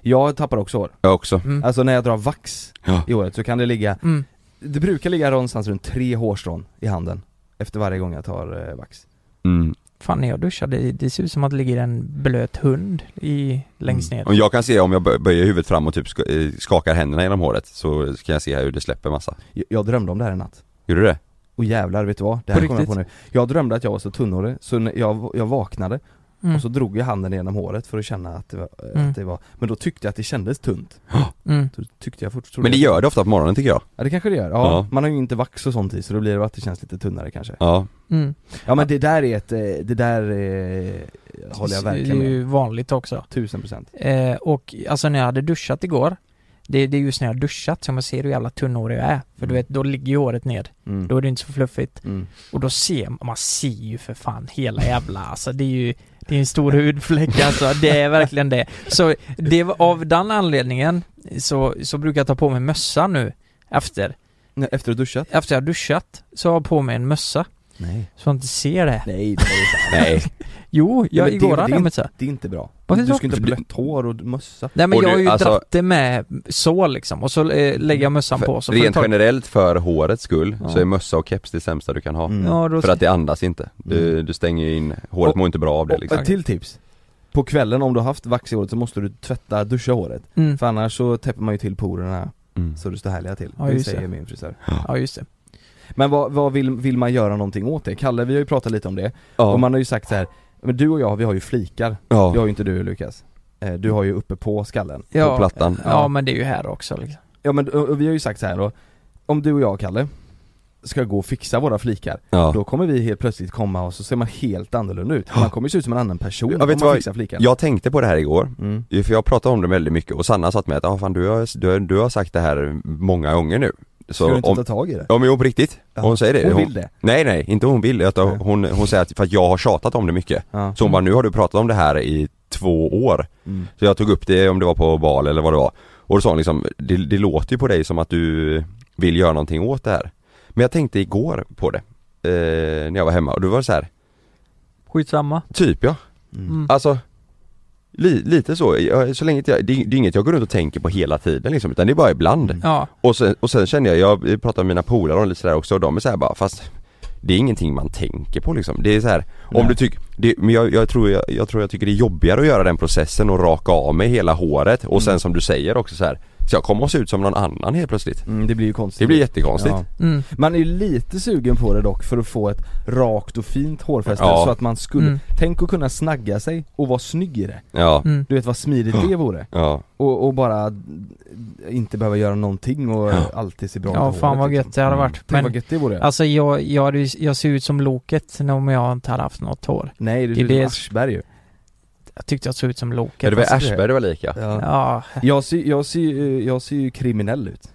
Speaker 1: Jag tappar också hår,
Speaker 2: jag också.
Speaker 3: Mm.
Speaker 1: alltså när jag drar vax
Speaker 2: Ja.
Speaker 1: i håret så kan det ligga,
Speaker 3: Mm.
Speaker 1: det brukar ligga någonstans runt tre hårstrån i handen efter varje gång jag tar eh, vax
Speaker 2: Mm.
Speaker 3: Fan, när jag duschar, det, det ser ut som att det ligger en blöt hund i,
Speaker 1: Mm.
Speaker 3: längst ner.
Speaker 2: Mm. Och jag kan se om jag bö- böjer huvudet fram och typ sk- eh, skakar händerna genom håret så kan jag se hur det släpper massa.
Speaker 1: Jag, jag drömde om det här i natt
Speaker 2: Gjorde du det?
Speaker 1: och jävlar vet du vad? Det här
Speaker 3: På
Speaker 1: kommer jag på nu
Speaker 3: riktigt?
Speaker 1: Jag drömde att jag var så tunnhårig, så när jag, jag vaknade
Speaker 3: Mm.
Speaker 1: och så drog jag handen genom håret för att känna att det var, eh,
Speaker 3: Mm.
Speaker 1: att det var men då tyckte jag att det kändes tunt
Speaker 3: Mm.
Speaker 1: Då tyckte jag fort, trodde
Speaker 2: Men det
Speaker 1: jag-
Speaker 2: gör det ofta på morgonen tycker jag.
Speaker 1: Ja det kanske det gör, ja,
Speaker 2: Ja.
Speaker 1: man har ju inte vax och sånt i så då blir det att det känns lite tunnare kanske
Speaker 2: Ja.
Speaker 3: Mm.
Speaker 1: Ja men det där är ett, eh, det där eh, håller jag verkligen
Speaker 3: Det är
Speaker 1: med
Speaker 3: ju vanligt också.
Speaker 1: Tusen procent
Speaker 3: Eh, och alltså när jag hade duschat igår det, det är just när jag har duschat som jag ser hur jävla tunnhårig jag är. För du vet, då ligger ju håret ned.
Speaker 1: mm.
Speaker 3: Då är det inte så fluffigt.
Speaker 1: Mm.
Speaker 3: Och då ser man, man ser ju för fan hela jävla, alltså det är ju Det är en stor hudfläck alltså, det är verkligen det. Så det var, av den anledningen så, så brukar jag ta på mig mössa nu efter.
Speaker 1: Nej, Efter att ha duschat?
Speaker 3: Efter jag har duschat så har jag på mig en mössa.
Speaker 1: Nej
Speaker 3: Så jag inte ser det.
Speaker 1: Nej det, är inte-
Speaker 2: Nej.
Speaker 3: Jo, jag,
Speaker 1: men det-
Speaker 3: igår
Speaker 1: det-
Speaker 3: hade jag mössa.
Speaker 1: det är inte bra
Speaker 3: Varför
Speaker 1: Du
Speaker 3: då?
Speaker 1: ska inte ha blött hår och mössa
Speaker 3: Nej men
Speaker 2: Och
Speaker 3: jag
Speaker 2: du,
Speaker 3: har ju
Speaker 2: alltså-
Speaker 3: dratt det med så liksom och så eh, lägger jag mössan på så får det
Speaker 2: Rent
Speaker 3: ta-
Speaker 2: generellt för hårets skull
Speaker 1: Ja.
Speaker 2: så är mössa och keps det sämsta du kan ha.
Speaker 1: Mm.
Speaker 3: Ja, då
Speaker 2: För att det andas inte. Du,
Speaker 1: Mm.
Speaker 2: du stänger ju in, håret
Speaker 1: Och-
Speaker 2: mår inte bra av det
Speaker 1: Och
Speaker 2: liksom.
Speaker 1: ett till tips På kvällen om du har haft vax i håret så måste du tvätta, duscha håret
Speaker 3: mm.
Speaker 1: För annars så täpper man ju till porerna
Speaker 2: Mm.
Speaker 1: så du står härliga till,
Speaker 3: Ja,
Speaker 1: det
Speaker 3: just
Speaker 1: säger
Speaker 3: det.
Speaker 1: min frisör
Speaker 3: Ja just det.
Speaker 1: Men vad, vad vill, vill man göra någonting åt det? Kalle, vi har ju pratat lite om det,
Speaker 2: Ja.
Speaker 1: och man har ju sagt så här men du och jag, vi har ju flikar
Speaker 2: ja.
Speaker 1: Det har ju inte du Lukas Eh, Du har ju uppe på skallen
Speaker 3: Ja,
Speaker 2: På plattan.
Speaker 3: ja men det är ju här också liksom.
Speaker 1: Ja men och- och vi har ju sagt så här då Om du och jag Kalle Ska gå och fixa våra flikar
Speaker 2: Ja.
Speaker 1: Då kommer vi helt plötsligt komma och så ser man helt annorlunda ut Man kommer ju se ut som en annan person
Speaker 2: Ja,
Speaker 1: om
Speaker 2: vet du
Speaker 1: man
Speaker 2: vad?
Speaker 1: fixar flikar
Speaker 2: Jag tänkte på det här igår,
Speaker 1: mm.
Speaker 2: ju- för jag pratade om det väldigt mycket och Sanna satt med att ah, fan, du, har, du, har- du har sagt det här många gånger nu.
Speaker 1: Ska du
Speaker 2: Så
Speaker 1: inte
Speaker 2: om,
Speaker 1: ta tag i det?
Speaker 2: Ja men jo på riktigt,
Speaker 1: Ja.
Speaker 2: hon säger det.
Speaker 1: Hon vill det?
Speaker 2: Nej nej, inte hon vill, utan
Speaker 1: Nej.
Speaker 2: hon, hon säger att, för att jag har tjatat om det mycket.
Speaker 1: Ja.
Speaker 2: Så hon bara, nu har du pratat om det här i två år.
Speaker 1: Mm.
Speaker 2: Så jag tog upp det, om det var på bal eller vad det var. Och då sa hon liksom, det, det låter ju på dig som att du vill göra någonting åt det här. Men jag tänkte igår på det, eh, när jag var hemma och då var det så här,
Speaker 3: Skitsamma.
Speaker 2: typ ja.
Speaker 3: Mm.
Speaker 2: Alltså li, Lite så, Jag- så länge inte jag, det, är- det är inget jag går runt och tänker på hela tiden liksom, utan det är bara ibland.
Speaker 3: Ja.
Speaker 2: Och sen, och sen kände jag, jag pratade med mina polare om lite sådär också och de är såhär bara fast Det är ingenting man tänker på liksom. Det är så här, om du tycker, det- men jag, jag, tror, jag, jag tror jag tycker det är jobbigare att göra den processen och raka av mig hela håret och
Speaker 3: Mm.
Speaker 2: sen som du säger också så här, så jag kommer att se ut som någon annan helt plötsligt.
Speaker 1: Mm, det blir ju konstigt
Speaker 2: Det blir jättekonstigt.
Speaker 1: Ja.
Speaker 3: Mm.
Speaker 1: Man är ju lite sugen på det dock för att få ett rakt och fint hårfäste
Speaker 2: Ja.
Speaker 1: så att man skulle,
Speaker 3: Mm.
Speaker 1: tänk att kunna snagga sig och vara snygg i det
Speaker 2: Ja,
Speaker 3: Mm.
Speaker 1: Du vet vad smidigt det vore?
Speaker 2: ja.
Speaker 1: Och, och bara inte behöva göra någonting och alltid se bra ut i
Speaker 3: Ja
Speaker 1: håret,
Speaker 3: fan vad
Speaker 1: liksom.
Speaker 3: gött det hade
Speaker 2: Mm.
Speaker 3: varit.
Speaker 1: Tänk
Speaker 3: Men
Speaker 1: vad gött det vore
Speaker 3: alltså jag, jag, hade ju- jag ser ut som Loket om jag inte hade haft något hår.
Speaker 1: Nej du
Speaker 3: det
Speaker 1: ser ut som
Speaker 3: är-
Speaker 1: Aschberg ju
Speaker 3: Jag tyckte jag såg ut som Loke
Speaker 2: Ja, det var
Speaker 3: fast-
Speaker 2: Aschberg det var lika
Speaker 1: Ja.
Speaker 3: Ja,
Speaker 1: Jag, ser, jag, ser, ju- jag ser ju kriminell ut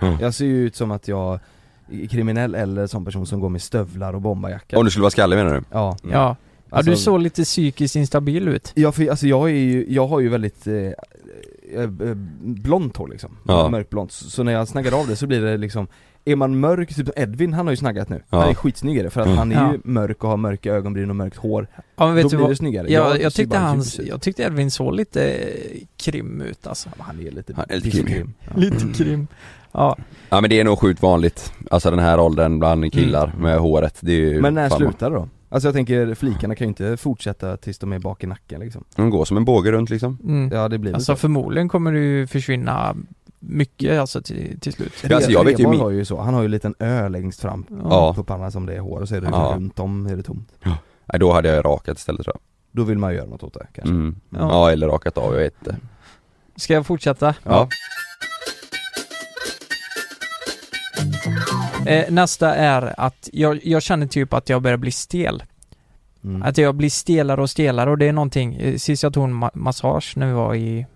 Speaker 2: Mm.
Speaker 1: Jag ser ju ut som att jag är kriminell eller som person som går med stövlar och bombarjacka
Speaker 2: Om du skulle vara skallig menar du?
Speaker 1: Ja,
Speaker 3: ja. Ja
Speaker 1: Alltså-
Speaker 3: du såg lite psykiskt instabil ut.
Speaker 1: Ja för alltså jag är ju, jag har ju väldigt eh, eh, eh, blont hår liksom,
Speaker 2: Ja.
Speaker 1: mörkblont, så, så när jag snaggar av det så blir det liksom Är man mörk, typ Edvin han har ju snaggat nu,
Speaker 2: Ja.
Speaker 1: han är skitsnyggare för att
Speaker 2: Mm.
Speaker 1: han är ju
Speaker 3: Ja.
Speaker 1: mörk och har mörka ögonbryn och mörkt hår,
Speaker 3: Ja men vet
Speaker 1: då
Speaker 3: du
Speaker 1: blir
Speaker 3: vad?
Speaker 1: det snyggare
Speaker 3: Ja, jag,
Speaker 1: ser
Speaker 3: tyckte
Speaker 1: bara
Speaker 3: hans,
Speaker 1: typisk ut.
Speaker 3: jag tyckte Edvin såg lite eh, krim ut alltså.
Speaker 1: Ja, Han är lite,
Speaker 2: Han Mm. är
Speaker 1: lite
Speaker 2: lite krim.
Speaker 1: krim. Ja.
Speaker 3: Lite krim. Ja,
Speaker 2: Ja men det är nog sjukt vanligt, alltså den här åldern
Speaker 3: Mm.
Speaker 2: bland killar med håret, det är ju
Speaker 1: Men när
Speaker 2: fan,
Speaker 1: slutar det då? Alltså jag tänker flikarna kan ju inte fortsätta tills de är bak i nacken liksom
Speaker 2: De går som en båge runt liksom
Speaker 3: mm.
Speaker 1: Ja det blir väl
Speaker 3: Alltså
Speaker 1: så.
Speaker 3: förmodligen kommer du ju försvinna mycket alltså till, till slut.
Speaker 2: Ja, alltså, jag vet ju
Speaker 1: Reborg
Speaker 2: min-
Speaker 1: har ju så, han har ju en liten ö längst fram
Speaker 2: Ja.
Speaker 1: på pannan som det är hår och så är det
Speaker 2: Ja.
Speaker 1: runt om är det tomt
Speaker 2: Nej då hade jag rakat istället tror
Speaker 1: Då vill man ju göra något åt det
Speaker 2: jag
Speaker 1: kanske
Speaker 2: mm. ja.
Speaker 3: Ja.
Speaker 2: eller rakat av, jag vet inte
Speaker 3: Ska jag fortsätta?
Speaker 2: Ja,
Speaker 3: Eh, nästa är att jag, jag känner typ att jag börjar bli stel.
Speaker 1: Mm.
Speaker 3: Att jag blir stelare och stelare och det är någonting, eh, sist jag tog en ma- massage när vi var i,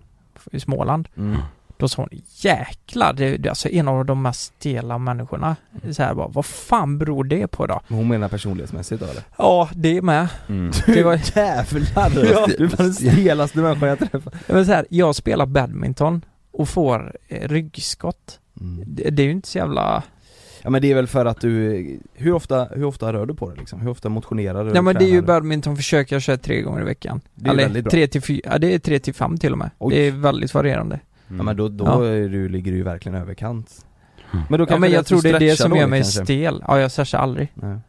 Speaker 3: i Småland,
Speaker 1: Mm.
Speaker 3: då sa hon jäklar, det, det är alltså en av de mest stela människorna.
Speaker 1: Mm.
Speaker 3: Så här bara, vad fan beror det på då?
Speaker 1: Men Hon menar personlighetsmässigt då eller?
Speaker 3: Ja, det är med.
Speaker 2: mm.
Speaker 3: Det var,
Speaker 1: Jävlar! alltså.
Speaker 2: Ja.
Speaker 1: Du är fan den stelaste människan jag träffat
Speaker 3: jag, så här, jag spelar badminton och får eh, ryggskott.
Speaker 1: Mm.
Speaker 3: Det, det är ju inte så jävla...
Speaker 1: Ja men det är väl för att du, hur ofta, hur ofta rör du på dig liksom? Hur ofta motionerar du?
Speaker 3: Nej men det är ju
Speaker 1: Tränar
Speaker 3: badminton försöker jag köra tre gånger i veckan.
Speaker 1: Det är väldigt bra.
Speaker 3: tre till fyra, ja det är tre till fem till och med.
Speaker 1: Oj.
Speaker 3: Det är väldigt varierande.
Speaker 1: du? Ja men då, då
Speaker 3: Ja.
Speaker 1: är du, ligger du ju verkligen överkant Men då
Speaker 3: Ja
Speaker 1: kanske
Speaker 3: men jag
Speaker 1: att du
Speaker 3: tror det är det
Speaker 1: stretchar
Speaker 3: som gör
Speaker 1: dåligt
Speaker 3: mig
Speaker 1: kanske.
Speaker 3: stel. Ja jag stretchar aldrig.
Speaker 1: Nej.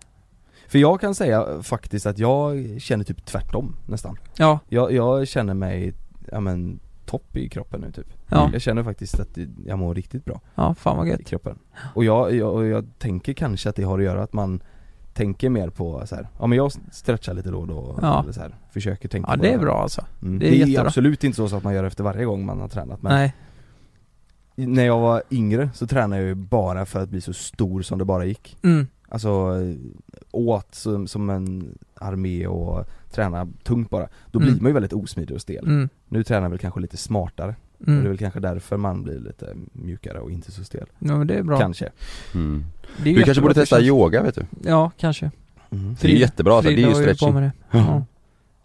Speaker 1: För jag kan säga faktiskt att jag känner typ tvärtom nästan
Speaker 3: Ja,
Speaker 1: Jag, jag känner mig, ja men topp i kroppen nu typ
Speaker 3: ja,
Speaker 1: Jag känner faktiskt att jag mår riktigt bra
Speaker 3: ja fan vad
Speaker 1: i
Speaker 3: gött.
Speaker 1: kroppen. Och jag, jag, och jag tänker kanske att det har att göra att man tänker mer på så här, ja men jag stretchar lite då och då
Speaker 3: Ja.
Speaker 1: eller så här, försöker tänka
Speaker 3: Ja
Speaker 1: på
Speaker 3: det är bra alltså.
Speaker 1: Mm.
Speaker 3: Det är
Speaker 1: Det är,
Speaker 3: jättebra.
Speaker 1: absolut inte så att man gör det efter varje gång man har tränat men
Speaker 3: Nej.
Speaker 1: i- när jag var yngre så tränade jag ju bara för att bli så stor som det bara gick
Speaker 3: Mm.
Speaker 1: Alltså eh, åt som, som en armé och tränade tungt bara Då blir
Speaker 3: Mm.
Speaker 1: man ju väldigt osmidig och stel
Speaker 3: Mm.
Speaker 1: Nu tränar jag väl kanske lite smartare och det är
Speaker 3: Mm.
Speaker 1: väl kanske därför man blir lite mjukare och inte så stel
Speaker 3: Ja, men det är bra.
Speaker 1: Kanske
Speaker 2: Mm.
Speaker 3: Det
Speaker 2: Du
Speaker 3: är
Speaker 2: kanske
Speaker 3: jättebra
Speaker 2: borde
Speaker 3: att det
Speaker 2: testa
Speaker 3: känns-
Speaker 2: yoga vet du?
Speaker 3: Ja, kanske.
Speaker 1: Mm.
Speaker 2: Det är ju
Speaker 3: Frida-
Speaker 2: jättebra alltså, det är
Speaker 3: Frida
Speaker 2: ju
Speaker 3: har hållit på
Speaker 2: stretching
Speaker 3: med det. Ja.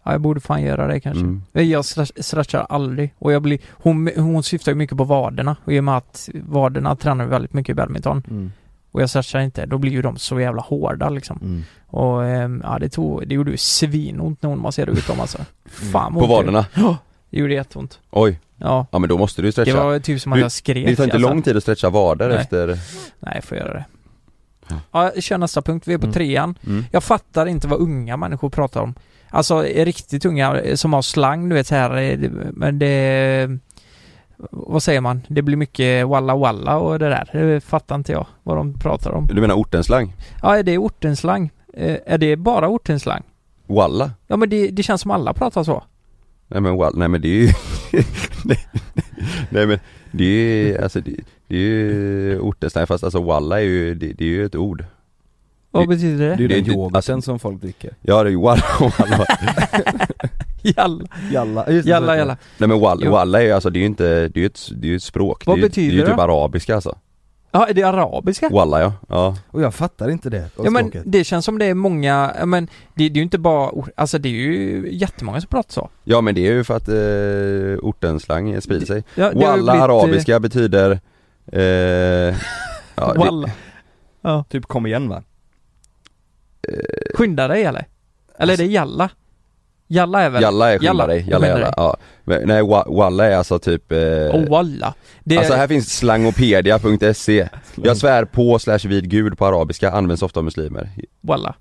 Speaker 3: ja, jag borde fan göra det kanske.
Speaker 2: Mm.
Speaker 3: Nej, Jag stre- stretchar aldrig och jag blir, hon, hon syftar ju mycket på vaderna och i och med att vaderna tränar väldigt mycket i badminton
Speaker 1: Mm.
Speaker 3: och jag stretchar inte, då blir ju de så jävla hårda liksom.
Speaker 1: Mm.
Speaker 3: Och ehm, ja, det tog, det gjorde ju svinont när hon masserade ut dem alltså. Fan
Speaker 2: Mm. På vaderna?
Speaker 3: Det gjorde jätteont.
Speaker 2: Oj,
Speaker 3: Ja.
Speaker 2: ja men då måste du ju
Speaker 3: Det
Speaker 2: stretcha
Speaker 3: var typ som att
Speaker 2: Du-
Speaker 3: jag skrek.
Speaker 2: Det tar inte
Speaker 3: alltså.
Speaker 2: lång tid att stretcha vader
Speaker 3: Nej.
Speaker 2: efter
Speaker 3: Nej, jag får göra det. Ja, kör nästa punkt. Vi är på
Speaker 1: Mm.
Speaker 3: trean.
Speaker 2: mm.
Speaker 3: Jag fattar inte vad unga människor pratar om. Alltså eh, riktigt unga eh, som har slang, du vet så här, eh, det- men det... Vad säger man? Det blir mycket walla walla och det där. Det fattar inte jag vad de pratar om.
Speaker 2: Du menar ortenslang?
Speaker 3: Ja, är det ortenslang? Eh, Är det bara ortenslang?
Speaker 2: Walla?
Speaker 3: Ja men det, det känns som alla pratar så.
Speaker 2: Nej men walla, nej men det är ju nej, nej men det är ju, alltså det, det är ju ortenslang fast alltså walla är ju, det, det är ju ett ord
Speaker 3: Vad
Speaker 2: Det-
Speaker 1: Det
Speaker 3: betyder det?
Speaker 1: är ju
Speaker 2: Det är
Speaker 1: den
Speaker 2: inte-
Speaker 1: yoghurten
Speaker 2: alltså-
Speaker 1: som folk dricker
Speaker 2: Ja det är ju walla, walla.
Speaker 3: Jalla,
Speaker 1: Jalla, just det, så
Speaker 3: jalla,
Speaker 1: heter
Speaker 3: jalla.
Speaker 2: Nej men walla,
Speaker 3: Jo.
Speaker 2: walla är ju alltså det är ju inte, det är ju ett, det är ju ett språk
Speaker 3: Vad
Speaker 2: det är, ju-
Speaker 3: betyder
Speaker 2: Det är ju
Speaker 3: det?
Speaker 2: typ arabiska alltså
Speaker 3: Ja, är det arabiska?
Speaker 2: Walla ja, ja
Speaker 1: det. Och jag fattar inte det
Speaker 3: Ja men
Speaker 1: språket.
Speaker 3: det känns som det är många, ja, men det, det är ju inte bara, or- alltså det är ju jättemånga som pratar så.
Speaker 2: Ja men det är ju för att eh, ortenslang sprider sig
Speaker 3: Ja, det har ju
Speaker 2: Walla
Speaker 3: blivit, eh,
Speaker 2: arabiska betyder eh, ja, det,
Speaker 3: Walla. Ja.
Speaker 1: Typ kom igen va?
Speaker 3: Skynda dig eller? Eller är det jalla? Jalla är väl?
Speaker 2: Jalla är skynda
Speaker 3: Jalla.
Speaker 2: dig,
Speaker 3: Jag
Speaker 2: jalla
Speaker 3: menar
Speaker 2: jalla,
Speaker 3: det.
Speaker 2: ja. Men, Nej wa- walla är alltså typ eh,
Speaker 3: Oh, walla. Det är,
Speaker 2: Alltså här finns slangopedia.se Jag svär på slash vid gud på arabiska, används ofta av muslimer
Speaker 3: walla.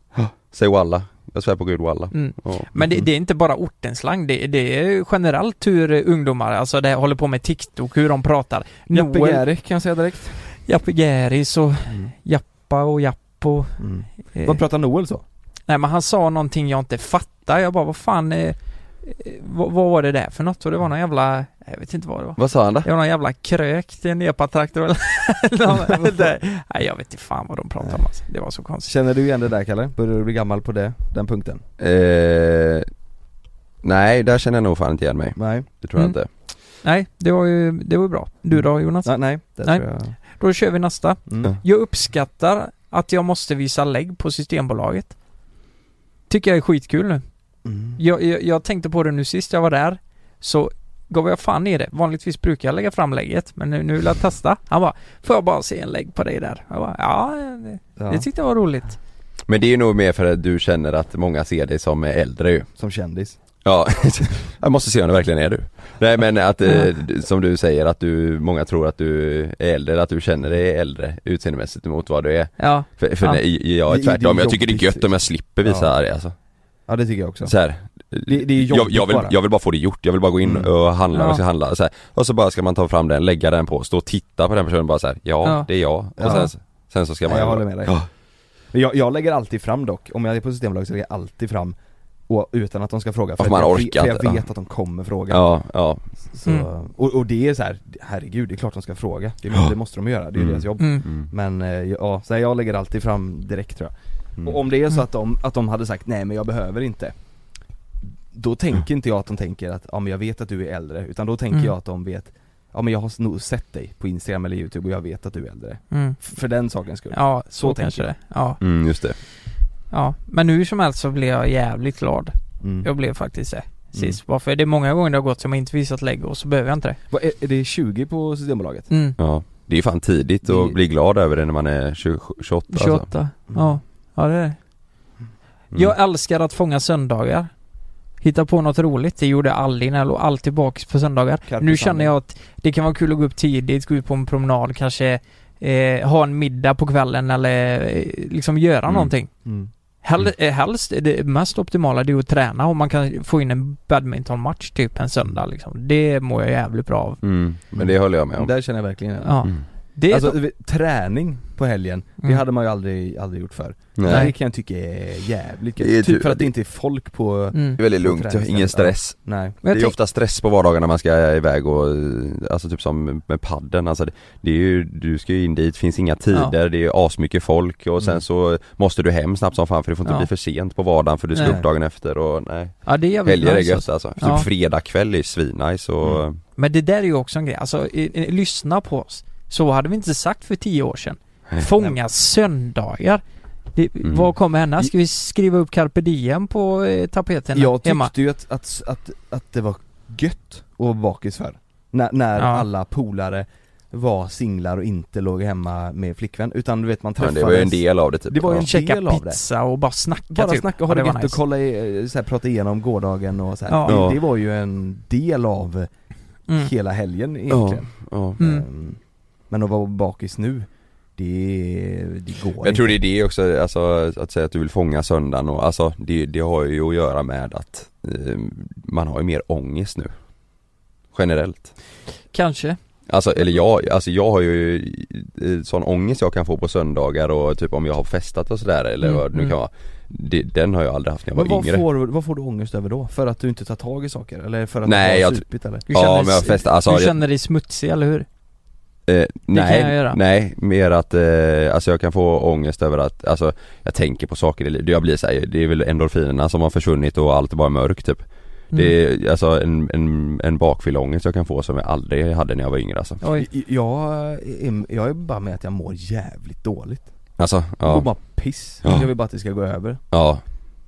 Speaker 2: Säg walla, jag svär på gud walla
Speaker 3: Mm.
Speaker 2: Ja.
Speaker 3: Men det, det är inte bara ortenslang, det, det är generellt hur eh, ungdomar, alltså det här håller på med TikTok, hur de pratar.
Speaker 1: Jeppe Mm.
Speaker 3: Noel,
Speaker 1: Gärik kan jag säga direkt
Speaker 3: Jappe Gäris och Jappa och Japp och...
Speaker 1: mm.
Speaker 3: eh,
Speaker 1: Vad pratar Noel så?
Speaker 3: Nej men han sa någonting jag inte fattar. Jag bara vad fan... Eh, eh, vad, vad var det där för något? Och det var någon jävla... Jag vet inte vad det var.
Speaker 2: Vad sa han då?
Speaker 3: Det var någon jävla krök till en epatraktor eller eller något där. Nej jag vet inte fan vad de pratade om alltså. Det var så konstigt.
Speaker 1: Känner du igen det där Kalle? Börjar du bli gammal på det, den punkten?
Speaker 2: Eh, Nej, där känner jag nog fan inte igen mig.
Speaker 1: Nej,
Speaker 2: Det tror jag
Speaker 3: Mm.
Speaker 2: inte.
Speaker 3: Nej, det var ju, det var ju bra. Du då Jonas?
Speaker 1: nej, Alltså- nej, det
Speaker 3: Nej.
Speaker 1: tror jag
Speaker 3: Då kör vi nästa.
Speaker 1: mm.
Speaker 3: Jag uppskattar att jag måste visa lägg på Systembolaget. Tycker jag är skitkul nu.
Speaker 1: Mm.
Speaker 3: Jag, jag, jag tänkte på det nu sist jag var där, så gav jag fan i det. Vanligtvis brukar jag lägga fram lägget, men nu, nu vill jag testa. Han bara, får jag bara se en lägg på dig där? Jag bara, ja, det,
Speaker 1: Ja,
Speaker 3: det tyckte jag var roligt.
Speaker 2: Men det är ju nog mer för att du känner att många ser dig som äldre ju.
Speaker 1: som kändis
Speaker 2: Ja, jag måste se om det verkligen är du. Nej men att, eh, som du säger att du, många tror att du är äldre, eller att du känner dig äldre utseendemästigt mot vad du är.
Speaker 3: Ja,
Speaker 2: För, för
Speaker 3: Ja.
Speaker 2: nej,
Speaker 1: Det-
Speaker 2: jag är
Speaker 1: det är
Speaker 2: tvärtom, jag tycker det är
Speaker 1: jobbigt.
Speaker 2: gött om jag slipper visa
Speaker 1: Ja.
Speaker 2: det alltså.
Speaker 1: Ja det tycker jag också
Speaker 2: Så här,
Speaker 1: liksom. Det, det är
Speaker 2: jag,
Speaker 1: jobbigt
Speaker 2: jag, vill,
Speaker 1: bara
Speaker 2: jag vill bara få det gjort, jag vill bara gå in
Speaker 1: Mm.
Speaker 2: och handla,
Speaker 3: Ja.
Speaker 2: och ska handla så här. Och så bara ska man ta fram den, lägga den på, stå och titta på den personen bara så här, ja,
Speaker 3: Ja.
Speaker 2: det är jag. Och
Speaker 1: Ja.
Speaker 2: sen, sen så ska man
Speaker 1: Nej, jag håller med dig
Speaker 2: Ja.
Speaker 1: Men jag, jag lägger alltid fram dock, om jag är på Systembolaget så lägger jag alltid fram och, utan att de ska fråga
Speaker 2: Ja,
Speaker 1: för,
Speaker 2: för man
Speaker 1: jag,
Speaker 2: orkar
Speaker 1: vet- för jag
Speaker 2: inte,
Speaker 1: vet att de kommer fråga
Speaker 2: Ja, ja,
Speaker 1: Så,
Speaker 3: Mm.
Speaker 1: och, och det är så här, herregud det är klart de ska fråga, det, det måste de göra, det är ju
Speaker 2: Mm.
Speaker 1: deras jobb
Speaker 3: mm.
Speaker 2: mm.
Speaker 1: Men eh, ja, så här, jag lägger alltid fram direkt tror jag
Speaker 2: Mm.
Speaker 1: Och om det är så
Speaker 3: Mm.
Speaker 1: att de, att de hade sagt nej men jag behöver inte Då tänker inte jag att de tänker att ja men jag vet att du är äldre utan då tänker
Speaker 3: Mm.
Speaker 1: jag att de vet Ja men jag har nog sett dig på Instagram eller Youtube och jag vet att du är äldre
Speaker 3: Mm.
Speaker 1: F- För den sakens skull
Speaker 3: ja så,
Speaker 1: Så
Speaker 3: kanske
Speaker 1: tänker
Speaker 3: det. Ja,
Speaker 2: Mm, just det.
Speaker 3: ja. Men nu som helst så blev jag jävligt glad.
Speaker 1: Mm.
Speaker 3: Jag blev faktiskt det. Sist. Bara för det är många gånger det har gått som jag inte visat lägg och så behöver jag inte det.
Speaker 1: Vad, är, är det 20 på Systembolaget?
Speaker 3: Mm.
Speaker 2: Ja. Det är ju fan tidigt att
Speaker 1: Det-
Speaker 2: bli glad över det när man är 27, 28 alltså.
Speaker 3: 28.
Speaker 1: Mm.
Speaker 3: Ja, ja det är det.
Speaker 2: Mm.
Speaker 3: Jag älskar att fånga söndagar. Hitta på något roligt. Det gjorde jag aldrig när jag låg alltid bakis på söndagar.
Speaker 1: Carpe
Speaker 3: nu
Speaker 1: Sunday.
Speaker 3: känner jag att det kan vara kul att gå upp tidigt, gå ut på en promenad, kanske eh, ha en middag på kvällen eller eh, liksom göra
Speaker 2: Mm.
Speaker 3: någonting.
Speaker 1: Mm.
Speaker 3: Hell,
Speaker 2: Mm.
Speaker 3: eh, Helst, det mest optimala det är att träna om man kan få in en badmintonmatch typ en söndag liksom. Det mår jag jävligt bra av.
Speaker 2: Mm. Men det håller jag med om.
Speaker 1: Där känner jag verkligen igen.
Speaker 3: Ja.
Speaker 2: Mm.
Speaker 3: Det är
Speaker 1: Alltså
Speaker 3: to-
Speaker 1: vi- träning på helgen, det
Speaker 3: Mm.
Speaker 1: hade man ju aldrig, aldrig gjort förr
Speaker 2: Nej.
Speaker 1: Det kan jag tycka är jävligt
Speaker 2: Det är
Speaker 1: gött,
Speaker 2: tur-
Speaker 1: typ för att det inte är folk på,
Speaker 3: mm.
Speaker 2: Det är väldigt lugnt, ingen stress.
Speaker 1: nej
Speaker 3: Men jag
Speaker 2: det är
Speaker 3: tänk-
Speaker 2: ofta stress på vardagarna när man ska iväg och, eh, alltså typ som med padden alltså det, det är ju, du ska ju in dit, finns inga tider, det är asmycket folk och sen
Speaker 1: Mm.
Speaker 2: så måste du hem snabbt som fan för det får inte
Speaker 3: Ja.
Speaker 2: bli för sent på vardagen för du ska
Speaker 3: Nej.
Speaker 2: upp dagen efter och nej.
Speaker 3: Ja det är jävligt
Speaker 2: Helger är
Speaker 3: nice,
Speaker 2: gött alltså.
Speaker 3: Ja. Mm.
Speaker 2: Typ fredagkväll är ju svinnice och
Speaker 3: Men det där är ju också en grej, alltså i, i, lyssna på oss. Så hade vi inte sagt för tio år sedan.
Speaker 1: Eh,
Speaker 3: Fånga söndagar. Det,
Speaker 2: Mm.
Speaker 3: Vad kommer hända? Ska vi skriva upp carpe diem på eh, tapeten
Speaker 1: Jag tyckte
Speaker 3: hemma?
Speaker 1: ju att, att, att, att det var gött att vara bakis förr När, när
Speaker 3: Ja.
Speaker 1: alla polare var singlar och inte låg hemma med flickvän, utan du vet man
Speaker 2: ja,
Speaker 1: träffades
Speaker 2: det var ju en del av det typ.
Speaker 1: Det var ju
Speaker 2: ja.
Speaker 1: en
Speaker 3: Käka
Speaker 1: del av det
Speaker 3: pizza och bara snacka
Speaker 1: Bara
Speaker 3: typ.
Speaker 1: snacka och ha det,
Speaker 3: var
Speaker 1: gött och kolla, i- eh, så här, prata igenom gårdagen och så här.
Speaker 3: Ja.
Speaker 1: Det, det var ju en del av
Speaker 3: Mm.
Speaker 1: hela helgen egentligen
Speaker 2: Ja.
Speaker 3: Mm.
Speaker 1: Ehm, Men att vara bakis nu, det, det går
Speaker 2: Jag tror
Speaker 1: inte.
Speaker 2: det är det också, alltså att säga att du vill fånga söndagen och alltså det, det har ju att göra med att eh, man har ju mer ångest nu. Generellt.
Speaker 3: Kanske.
Speaker 2: Alltså, eller jag, alltså jag har ju eh, sån ångest jag kan få på söndagar och typ om jag har festat och sådär eller
Speaker 3: Mm,
Speaker 2: vad det nu
Speaker 3: mm.
Speaker 2: kan vara det, Den har jag aldrig haft när jag
Speaker 1: Men
Speaker 2: var
Speaker 1: vad
Speaker 2: yngre
Speaker 1: får, vad får du ångest över då? För att du inte tar tag i saker? Eller för att
Speaker 2: Nej,
Speaker 1: du har
Speaker 2: jag tr-
Speaker 1: supit eller?
Speaker 3: Du
Speaker 2: Ja,
Speaker 3: känner,
Speaker 2: men jag festar, alltså,
Speaker 3: du
Speaker 2: jag-
Speaker 3: känner dig smutsig, eller hur?
Speaker 2: eh, Nej,
Speaker 3: jag göra.
Speaker 2: nej, mer att eh, alltså jag kan få ångest över att, alltså jag tänker på saker i livet, jag blir såhär, det är väl endorfinerna som har försvunnit och allt är bara mörkt typ
Speaker 3: Mm.
Speaker 2: Det är alltså en, en, en bakfylleångest jag kan få som jag aldrig hade när jag var yngre alltså,
Speaker 3: Oj.
Speaker 1: I- Jag, är- jag är bara med att jag mår jävligt dåligt
Speaker 2: alltså
Speaker 1: Jag mår
Speaker 2: ja,
Speaker 1: bara piss,
Speaker 2: Ja.
Speaker 1: jag vill bara att det ska gå över
Speaker 2: ja,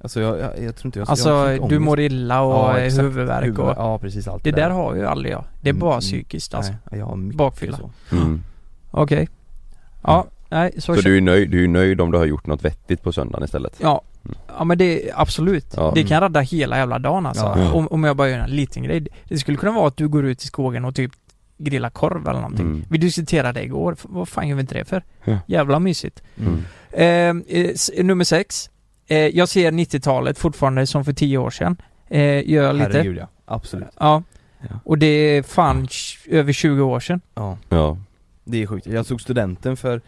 Speaker 1: Alltså jag, jag, jag tror inte jag jag har
Speaker 3: Alltså,
Speaker 1: sjuk
Speaker 3: du
Speaker 1: ångest.
Speaker 3: mår illa och
Speaker 1: Ja,
Speaker 3: eh,
Speaker 1: exakt.
Speaker 3: huvudvärk och...
Speaker 1: Huvud- Ja precis allt
Speaker 3: Det där har ju aldrig jag. Det är
Speaker 1: Mm,
Speaker 3: bara
Speaker 1: mm.
Speaker 3: psykiskt alltså.
Speaker 1: Nej, jag har mycket
Speaker 3: Bakfylla.
Speaker 1: så. Mm.
Speaker 2: mm.
Speaker 3: Okej. Ja, nej, så,
Speaker 2: Så
Speaker 3: kän-
Speaker 2: du är nöjd, du är nöjd om du har gjort något vettigt på söndagen istället?
Speaker 3: Ja, ja men det, absolut.
Speaker 2: Ja.
Speaker 3: Det kan rädda hela jävla dagen alltså.
Speaker 1: Ja.
Speaker 3: Om, om jag bara gör en liten grej. Det skulle kunna vara att du går ut i skogen och typ grillar korv eller någonting.
Speaker 2: Mm.
Speaker 3: Vi diskuterade det igår. F- Vad fan gör vi inte det för?
Speaker 2: Ja.
Speaker 3: Jävla mysigt.
Speaker 2: Mm.
Speaker 3: Eh, eh, s- nummer sex. Eh, jag ser 90-talet fortfarande som för tio år sedan. Eh, gör jag lite.
Speaker 1: Herregud ja, absolut
Speaker 3: Ja.
Speaker 1: Ja.
Speaker 3: Och det är fan tj- över 20 år sedan.
Speaker 1: Ja,
Speaker 2: Ja,
Speaker 1: det är sjukt. Jag såg studenten för,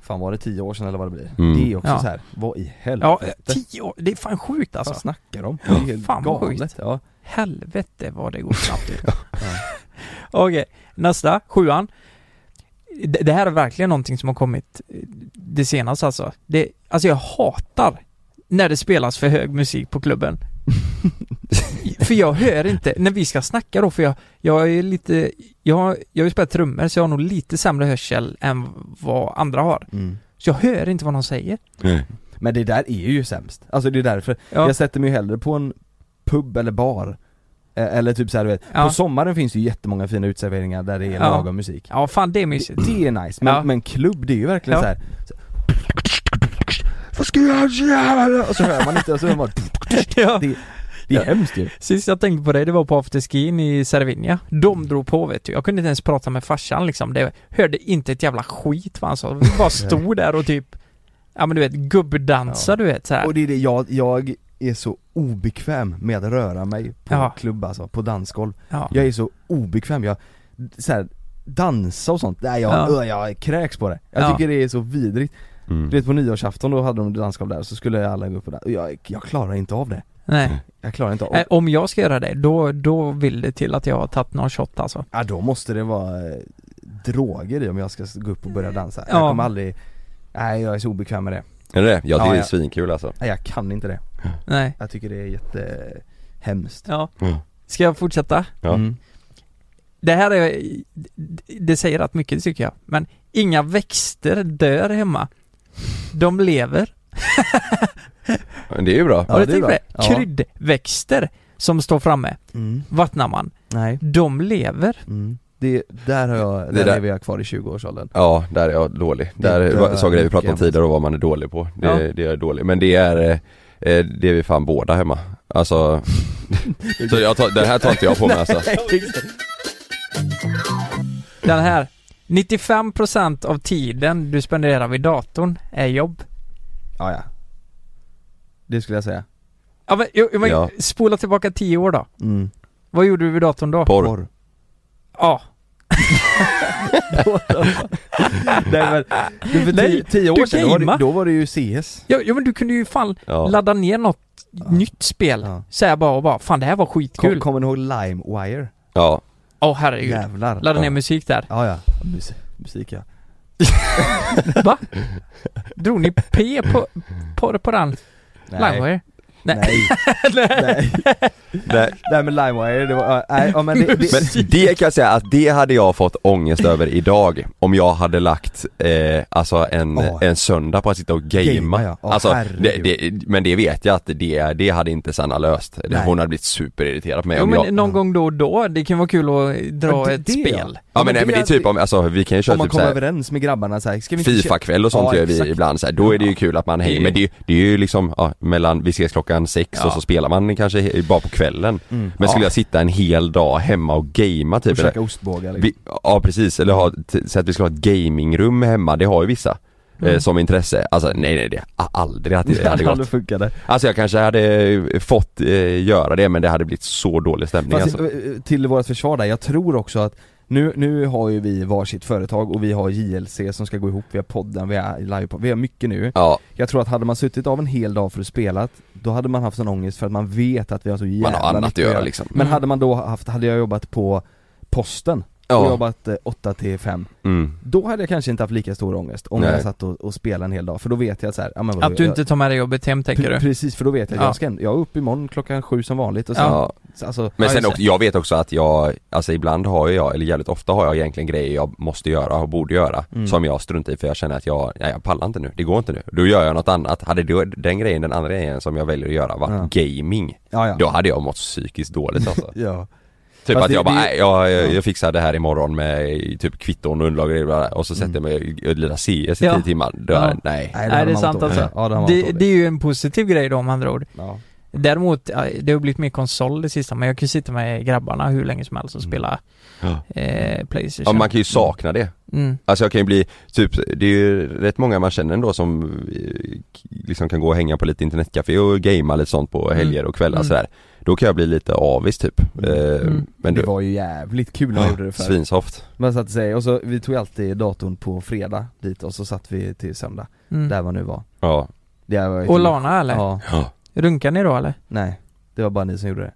Speaker 1: fan var det 10 år sedan eller vad det blir?
Speaker 2: Mm.
Speaker 1: Det är också
Speaker 3: Ja.
Speaker 1: så här. vad i
Speaker 3: Ja,
Speaker 1: helvete?
Speaker 3: eh, 10 år. Det är fan sjukt alltså.
Speaker 1: Vad snackar de? om? Det är helt
Speaker 3: Fan, vad
Speaker 1: galet, ja
Speaker 3: Helvete vad det går snabbt ut. Okej, nästa, sjuan. Det, det här är verkligen någonting som har kommit eh, det senaste alltså. Det, alltså jag hatar när det spelas för hög musik på klubben. För jag hör inte, när vi ska snacka då, för jag, jag är lite, jag, har- jag har ju spelat trummor så jag har nog lite sämre hörsel än vad andra har.
Speaker 1: Mm.
Speaker 3: Så jag hör inte vad någon säger.
Speaker 1: Men det där är ju sämst, alltså det är därför,
Speaker 3: Ja.
Speaker 1: jag sätter mig ju hellre på en pub eller bar Eh, Eller typ såhär du vet,
Speaker 3: Ja.
Speaker 1: på sommaren finns det ju jättemånga fina uteserveringar där det är
Speaker 3: Ja.
Speaker 1: lagom musik
Speaker 3: Ja, fan det är
Speaker 1: det,
Speaker 3: mysigt.
Speaker 1: det är nice, men,
Speaker 3: Ja.
Speaker 1: men klubb det är ju verkligen
Speaker 3: Ja.
Speaker 1: så här. så- Vad ska jag göra? Och så hör man inte, och så hör man
Speaker 3: ja.
Speaker 1: Det, det är hemskt ju
Speaker 3: Sist jag tänkte på det, det var på afterskin i Cervinia. De drog på vet du. Jag kunde inte ens prata med farsan liksom. Det hörde inte ett jävla skit vad han sa. Vi bara stod där och typ, ja men du vet, gubbdansa
Speaker 1: Ja.
Speaker 3: du vet så här.
Speaker 1: Och det är det, jag, jag är så obekväm med att röra mig på
Speaker 3: Ja.
Speaker 1: klubb alltså, på dansgolv
Speaker 3: Ja.
Speaker 1: Jag är så obekväm, jag, så här, dansa och sånt, nej jag,
Speaker 3: Ja.
Speaker 1: ö, jag kräks på det Jag
Speaker 3: Ja.
Speaker 1: tycker det är så vidrigt
Speaker 2: Mm.
Speaker 1: Du vet på nyårsafton då hade de dansgolv där, så skulle alla gå upp på det och jag, jag klarar inte av det
Speaker 3: Nej.
Speaker 1: Jag klarar inte av
Speaker 3: Nej,
Speaker 1: det,
Speaker 3: Om jag ska göra det, då, då vill det till att jag har tagit någon shot alltså.
Speaker 1: ja, då måste det vara eh, droger i om jag ska gå upp och börja dansa
Speaker 3: Ja.
Speaker 1: Jag kommer aldrig, nej jag är så obekväm med det
Speaker 2: Är det det? Ja det
Speaker 1: Ja,
Speaker 2: är
Speaker 1: ja.
Speaker 2: svinkul alltså
Speaker 1: Nej jag kan inte det,
Speaker 3: Nej.
Speaker 1: jag tycker det är jättehemskt
Speaker 3: Ja.
Speaker 2: Mm.
Speaker 3: Ska jag fortsätta?
Speaker 2: Ja.
Speaker 1: Mm.
Speaker 3: Det här är, det säger rätt mycket tycker jag, men inga växter dör hemma. De lever.
Speaker 2: Men det är ju bra
Speaker 1: Ja,
Speaker 3: Har du
Speaker 1: det är
Speaker 3: tänkt på
Speaker 1: bra.
Speaker 3: det?
Speaker 1: Ja.
Speaker 3: Kryddväxter som står framme,
Speaker 1: Mm.
Speaker 3: vattnar man,
Speaker 1: Nej,
Speaker 3: de lever.
Speaker 1: mm. Det, där har jag,
Speaker 2: Det
Speaker 1: där,
Speaker 2: där-
Speaker 1: lever jag kvar i 20-årsåldern
Speaker 2: Ja, där är jag dålig.
Speaker 1: Det
Speaker 2: Där
Speaker 1: dör
Speaker 2: var- sa grejer vi pratade om
Speaker 1: mycket.
Speaker 2: tidigare och vad man är dålig på. Det,
Speaker 3: Ja.
Speaker 2: det är jag dålig. Men det är, eh, eh, det är vi fan båda hemma. Alltså, så jag tar, den här tar inte jag på mig alltså.
Speaker 3: Den här, 95% av tiden du spenderar vid datorn är jobb.
Speaker 1: Ja, ja. Det skulle jag säga.
Speaker 3: Ja, men, jo, men,
Speaker 2: Ja.
Speaker 3: Spola tillbaka 10 år då.
Speaker 1: Mm.
Speaker 3: Vad gjorde du vid datorn då?
Speaker 2: Porr.
Speaker 1: Porr.
Speaker 3: Ja.
Speaker 1: Nej men, du, för
Speaker 3: Nej,
Speaker 1: tio, tio
Speaker 3: du
Speaker 1: år sedan, då var, det,
Speaker 3: gamea.
Speaker 1: då var det ju CS.
Speaker 3: Ja, ja men du kunde ju fan
Speaker 2: Ja.
Speaker 3: ladda ner något nytt spel.
Speaker 1: Ja.
Speaker 3: Så här bara och bara, fan det här var
Speaker 1: Kom,
Speaker 3: skitkul.
Speaker 1: kommer ni ihåg LimeWire?
Speaker 2: ja.
Speaker 3: Åh herregud.
Speaker 1: Jävlar.
Speaker 3: Ladda ner
Speaker 2: Ja.
Speaker 3: musik där.
Speaker 1: Ja, ja. Musik, musik ja.
Speaker 3: Va? Drog ni P på, på, på den?
Speaker 1: Nej.
Speaker 3: Livewire? Nej.
Speaker 1: Nej. Nej.
Speaker 2: Nej,
Speaker 1: Nej men LimeWire, det var, nej ja, men det, det,
Speaker 2: Men det kan jag säga att det hade jag fått ångest över idag om jag hade lagt, eh, alltså en,
Speaker 1: Ja.
Speaker 2: en söndag på att sitta och gamea.
Speaker 1: Gamea, ja. Åh,
Speaker 2: alltså, det,
Speaker 1: herregud.
Speaker 2: det, men det vet jag att det, det hade inte Sanna löst.
Speaker 1: Nej.
Speaker 2: Hon hade blivit superirriterad på mig
Speaker 3: Jo
Speaker 2: om
Speaker 3: men
Speaker 2: jag
Speaker 3: någon gång då och då, det kan vara kul att dra
Speaker 1: Men det-
Speaker 3: ett
Speaker 1: det, ja.
Speaker 3: spel.
Speaker 2: Ja men, nej, men det är typ om, alltså vi kan ju köra
Speaker 1: om man
Speaker 2: typ
Speaker 1: kommer
Speaker 2: såhär
Speaker 1: överens med grabbarna så här, ska vi inte köra-
Speaker 2: Fifa-kväll och sånt
Speaker 1: Ja,
Speaker 2: gör vi
Speaker 1: exakt.
Speaker 2: ibland så här. då är det ju kul att man hänger, men det, är- det är ju liksom, ja, mellan, vi ses klockan sex
Speaker 3: Ja.
Speaker 2: och så spelar man kanske he- bara på kvällen
Speaker 1: Mm.
Speaker 2: Men skulle
Speaker 1: Ja.
Speaker 2: jag sitta en hel dag hemma och gamea typ
Speaker 1: och
Speaker 2: eller,
Speaker 1: käka ostbågar liksom.
Speaker 2: vi, Ja precis, eller ha, t- så att vi ska ha ett gamingrum hemma, det har ju vissa eh,
Speaker 1: Mm.
Speaker 2: Som intresse, alltså nej nej det, har aldrig att det hade
Speaker 1: aldrig
Speaker 2: gått
Speaker 1: funkade.
Speaker 2: Alltså jag kanske hade eh, fått eh, göra det men det hade blivit så dålig stämning
Speaker 1: Fast,
Speaker 2: alltså.
Speaker 1: eh, Till vårt försvar där, jag tror också att nu, nu har ju vi varsitt företag och vi har JLC som ska gå ihop, vi har podden, vi har livepodd, vi har mycket nu
Speaker 2: Ja,
Speaker 1: Jag tror att hade man suttit av en hel dag för att spela, då hade man haft sån ångest för att man vet att vi har så jävla
Speaker 2: man har annat att
Speaker 1: mycket
Speaker 2: göra liksom
Speaker 1: Men hade man då haft, hade jag jobbat på posten och
Speaker 2: Ja,
Speaker 1: jobbat 8 till 5
Speaker 2: mm.
Speaker 1: Då hade jag kanske inte haft lika stor ångest om
Speaker 2: Nej.
Speaker 1: jag satt och, och spelade en hel dag, för då vet jag så här, ja, men vadå,
Speaker 3: Att du
Speaker 1: jag-
Speaker 3: inte tar med dig jobbet hem tänker
Speaker 1: Pre-
Speaker 3: du?
Speaker 1: Precis, för då vet jag att
Speaker 3: Ja.
Speaker 1: jag ska, ändå- jag är uppe imorgon klockan sju som vanligt och sen,
Speaker 2: ja.
Speaker 1: så- alltså,
Speaker 2: Men
Speaker 3: Ja,
Speaker 2: sen
Speaker 3: just
Speaker 2: också, jag vet också att jag, alltså ibland har ju jag, eller jävligt ofta har jag egentligen grejer jag måste göra och borde göra
Speaker 1: Mm.
Speaker 2: Som jag struntar i för jag känner att jag, nej jag pallar inte nu, det går inte nu Då gör jag något annat, hade då, den grejen, den andra grejen som jag väljer att göra var
Speaker 1: Ja.
Speaker 2: gaming
Speaker 1: ja, ja.
Speaker 2: Då hade jag mått psykiskt dåligt alltså
Speaker 1: ja.
Speaker 2: Typ
Speaker 1: Fast
Speaker 2: att
Speaker 1: det-
Speaker 2: jag bara,
Speaker 1: det-
Speaker 2: nej jag, jag, jag fixar det här imorgon med typ kvitton och underlag och grejer bla, bla, och så sätter jag mig och lirar CS i tio
Speaker 3: Ja.
Speaker 2: timmar, då,
Speaker 3: Ja.
Speaker 2: nej
Speaker 1: Mm. Nej,
Speaker 3: Nej,
Speaker 1: hade
Speaker 3: det är
Speaker 1: man varit
Speaker 3: sant
Speaker 1: dålig.
Speaker 3: alltså.
Speaker 1: Ja, det hade man varit
Speaker 3: Det,
Speaker 1: dålig.
Speaker 3: det är ju en positiv grej då om andra ord.
Speaker 1: Ja.
Speaker 3: Däremot, ja, det har blivit mer konsol det sista, men jag kan ju sitta med grabbarna hur länge som helst och
Speaker 1: Mm.
Speaker 3: spela
Speaker 2: Ja.
Speaker 3: eh, Playstation.
Speaker 2: ja, man kan ju sakna det
Speaker 3: mm.
Speaker 2: Alltså jag kan ju bli, typ, det är ju rätt många man känner ändå som eh, k- liksom kan gå och hänga på lite internetcafé och gamea lite sånt på helger och kvällar
Speaker 3: Mm.
Speaker 2: sådär Då kan jag bli lite avis typ eh,
Speaker 3: Mm.
Speaker 2: Men
Speaker 1: det
Speaker 2: du,
Speaker 1: var ju jävligt kul när man gjorde det förr
Speaker 2: svinsoft
Speaker 1: Man satte sig, och så, vi tog alltid datorn på fredag dit och så satt vi till söndag,
Speaker 3: Mm.
Speaker 1: där vad nu var
Speaker 2: Ja,
Speaker 1: det här var ju- typ-
Speaker 3: Och Lana eller?
Speaker 1: Ja,
Speaker 2: ja.
Speaker 3: Runkar ni då eller?
Speaker 1: nej, det var bara ni som gjorde det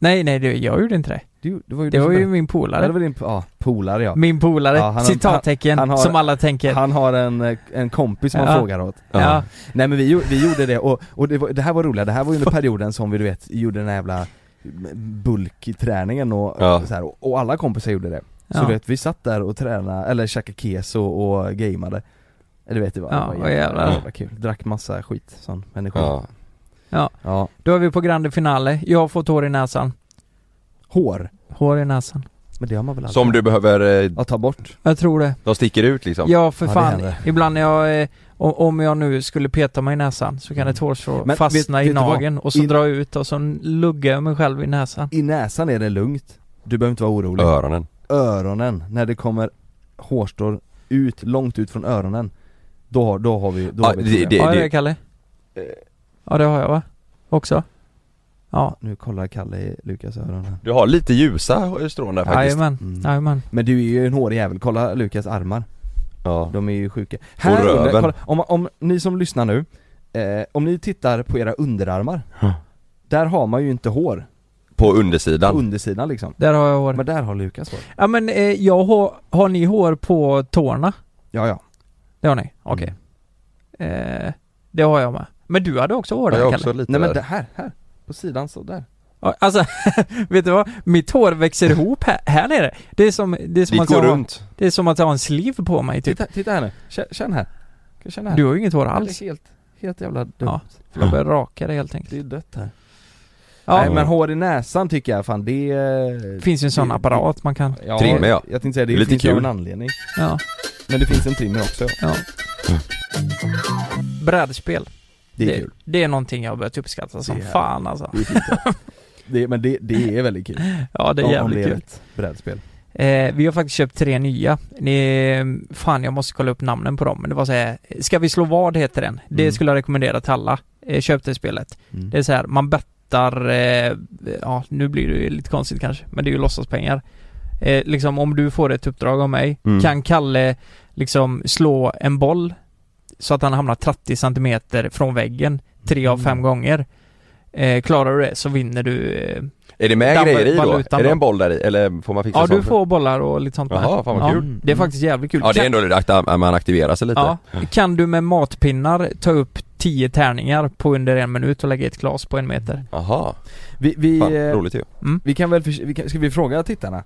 Speaker 3: Nej, nej, det, jag gjorde inte det.
Speaker 1: Du, det var ju,
Speaker 3: Det
Speaker 1: du
Speaker 3: var
Speaker 1: som
Speaker 3: ju
Speaker 1: började.
Speaker 3: min
Speaker 1: Ja, det
Speaker 3: polare.
Speaker 1: var din, ja, polare ja
Speaker 3: Min polare,
Speaker 1: Ja, han har-
Speaker 3: citattecken,
Speaker 1: han- han har-
Speaker 3: som alla tänker.
Speaker 1: Han har en, eh, en kompis man
Speaker 3: Ja.
Speaker 1: frågar åt
Speaker 3: ja.
Speaker 1: Nej men vi, gjo- vi gjorde det och, och det, var, det här var roligt, det här var ju under perioden som vi du vet, gjorde den här jävla bulk i träningen och,
Speaker 2: Ja.
Speaker 1: och så här, och, och alla kompisar gjorde det Så
Speaker 3: Ja.
Speaker 1: du vet, vi satt där och tränade, eller käkade keso och gamade Eller vet du vad,
Speaker 3: Ja,
Speaker 1: det
Speaker 3: vad jävlar.
Speaker 1: jävla kul, drack massa skit sån energi
Speaker 2: Ja.
Speaker 1: Ja.
Speaker 3: Då är vi på grande finale, jag har fått hår i näsan
Speaker 1: Hår,
Speaker 3: Hår i näsan
Speaker 1: men det har man väl alltid?
Speaker 2: Som du behöver, eh,
Speaker 1: Ja, ta bort
Speaker 3: Jag tror det
Speaker 2: de sticker ut liksom?
Speaker 3: Ja för
Speaker 1: Ja, det
Speaker 3: fan,
Speaker 1: händer.
Speaker 3: ibland när jag, eh, o- om jag nu skulle peta mig i näsan så kan ett hårstrå
Speaker 1: Mm. Men
Speaker 3: fastna
Speaker 1: vet-
Speaker 3: i
Speaker 1: vet du vad?
Speaker 3: nageln och så
Speaker 1: I-
Speaker 3: dra ut och så luggar jag mig själv i näsan
Speaker 1: I näsan är det lugnt, du behöver inte vara orolig
Speaker 2: Öronen?
Speaker 1: Öronen, när det kommer hårstrån ut, långt ut från öronen Då, har- då har vi, då
Speaker 2: Ja,
Speaker 1: har vi ett problem.
Speaker 2: det- det- Eh.
Speaker 3: Har jag det Kalle? Ja det har jag va? Också? Ja,
Speaker 1: Nu kollar Kalle i Lukas öron här.
Speaker 2: Du har lite ljusa strån där faktiskt?
Speaker 3: jajamän,
Speaker 1: Mm.
Speaker 3: jajamän
Speaker 1: Men du är ju en hårig jävel, kolla Lukas armar,
Speaker 2: Ja.
Speaker 1: de är ju sjuka Här
Speaker 2: röven.
Speaker 1: under, kolla, om, om ni som lyssnar nu, eh, om ni tittar på era underarmar
Speaker 2: Ja.
Speaker 1: Där har man ju inte hår,
Speaker 2: På
Speaker 1: på
Speaker 2: undersidan?
Speaker 1: undersidan liksom
Speaker 3: Där har jag hår
Speaker 1: Men där har Lukas hår
Speaker 3: Ja men eh, jag har, har ni hår på tårna?
Speaker 1: Ja ja,
Speaker 3: Det har
Speaker 1: Mm.
Speaker 3: ni? Okej. Eh, det har jag med. Men du hade också hår
Speaker 2: Ja,
Speaker 3: där
Speaker 2: jag har
Speaker 3: Kalle?
Speaker 2: också lite
Speaker 1: nej men
Speaker 2: där.
Speaker 1: det här, här, på sidan så där
Speaker 3: Ja, Alltså, vet du vad? Mitt hår växer ihop här, här nere. Det är som, det är som,
Speaker 2: Ditt
Speaker 3: att jag,
Speaker 2: går
Speaker 3: har-
Speaker 2: runt?
Speaker 3: det är som att jag har en sliv på mig typ.
Speaker 1: Titta, titta här nu, känn, känn här, kan du känna här?
Speaker 3: Du har ju inget hår
Speaker 1: Det är
Speaker 3: alls.
Speaker 1: Helt, helt jävla dumt,
Speaker 3: Ja. Jag börjar raka det helt enkelt.
Speaker 1: det är dött här
Speaker 3: Ja,
Speaker 1: Nej men hår i näsan tycker jag fan det
Speaker 3: det
Speaker 1: är...
Speaker 3: finns ju en sån
Speaker 1: det-
Speaker 3: apparat man kan.
Speaker 1: Ja,
Speaker 2: Trimmer, ja.
Speaker 1: Jag tänkte säga det,
Speaker 2: Det är lite
Speaker 1: finns ju av
Speaker 2: kul.
Speaker 1: en anledning
Speaker 3: Ja,
Speaker 1: Men det finns en trimmer också ja.
Speaker 3: ja.
Speaker 1: Mm.
Speaker 3: Brädspel.
Speaker 1: Det är kul
Speaker 3: det är någonting jag har börjat uppskatta som
Speaker 1: Det är-
Speaker 3: fan alltså.
Speaker 1: Det är fint, ja. det, Men det, det är väldigt kul
Speaker 3: Ja, det är
Speaker 1: Om- om
Speaker 3: jävligt
Speaker 1: är
Speaker 3: kul.
Speaker 1: rätt Brädspel
Speaker 3: Eh, vi har faktiskt köpt tre nya. Ni, fan jag måste kolla upp namnen på dem, men det var så här, Ska vi slå vad heter den? Det
Speaker 1: Mm.
Speaker 3: skulle jag rekommendera till alla. Eh, köp det spelet.
Speaker 1: mm.
Speaker 3: Det är så här, man bettar, eh, ja nu blir det ju lite konstigt kanske, men det är ju låtsaspengar. Eh, liksom om du får ett uppdrag av mig,
Speaker 2: Mm.
Speaker 3: kan Kalle liksom slå en boll så att han hamnar 30 cm från väggen tre av fem
Speaker 1: Mm.
Speaker 3: gånger. Eh, klarar du det så vinner du eh,
Speaker 2: Är det med
Speaker 3: Damp-
Speaker 2: grejer i då?
Speaker 3: valutan
Speaker 2: Är det
Speaker 3: då?
Speaker 2: en boll där i? Eller får man fixa
Speaker 3: Ja
Speaker 2: sånt?
Speaker 3: du får bollar och lite sånt
Speaker 2: Jaha, fan vad
Speaker 3: ja,
Speaker 2: kul.
Speaker 3: Det är
Speaker 1: Mm.
Speaker 3: faktiskt jävligt kul.
Speaker 2: Ja det är
Speaker 3: Kan-
Speaker 2: ändå det att man aktiverar sig lite?
Speaker 3: Ja. Kan du med matpinnar ta upp 10 tärningar på under en minut och lägga i ett glas på en meter?
Speaker 2: Jaha,
Speaker 1: Vi, vi,
Speaker 2: fan
Speaker 1: eh,
Speaker 2: roligt ju
Speaker 1: vi kan väl, förs- vi kan, ska vi fråga tittarna?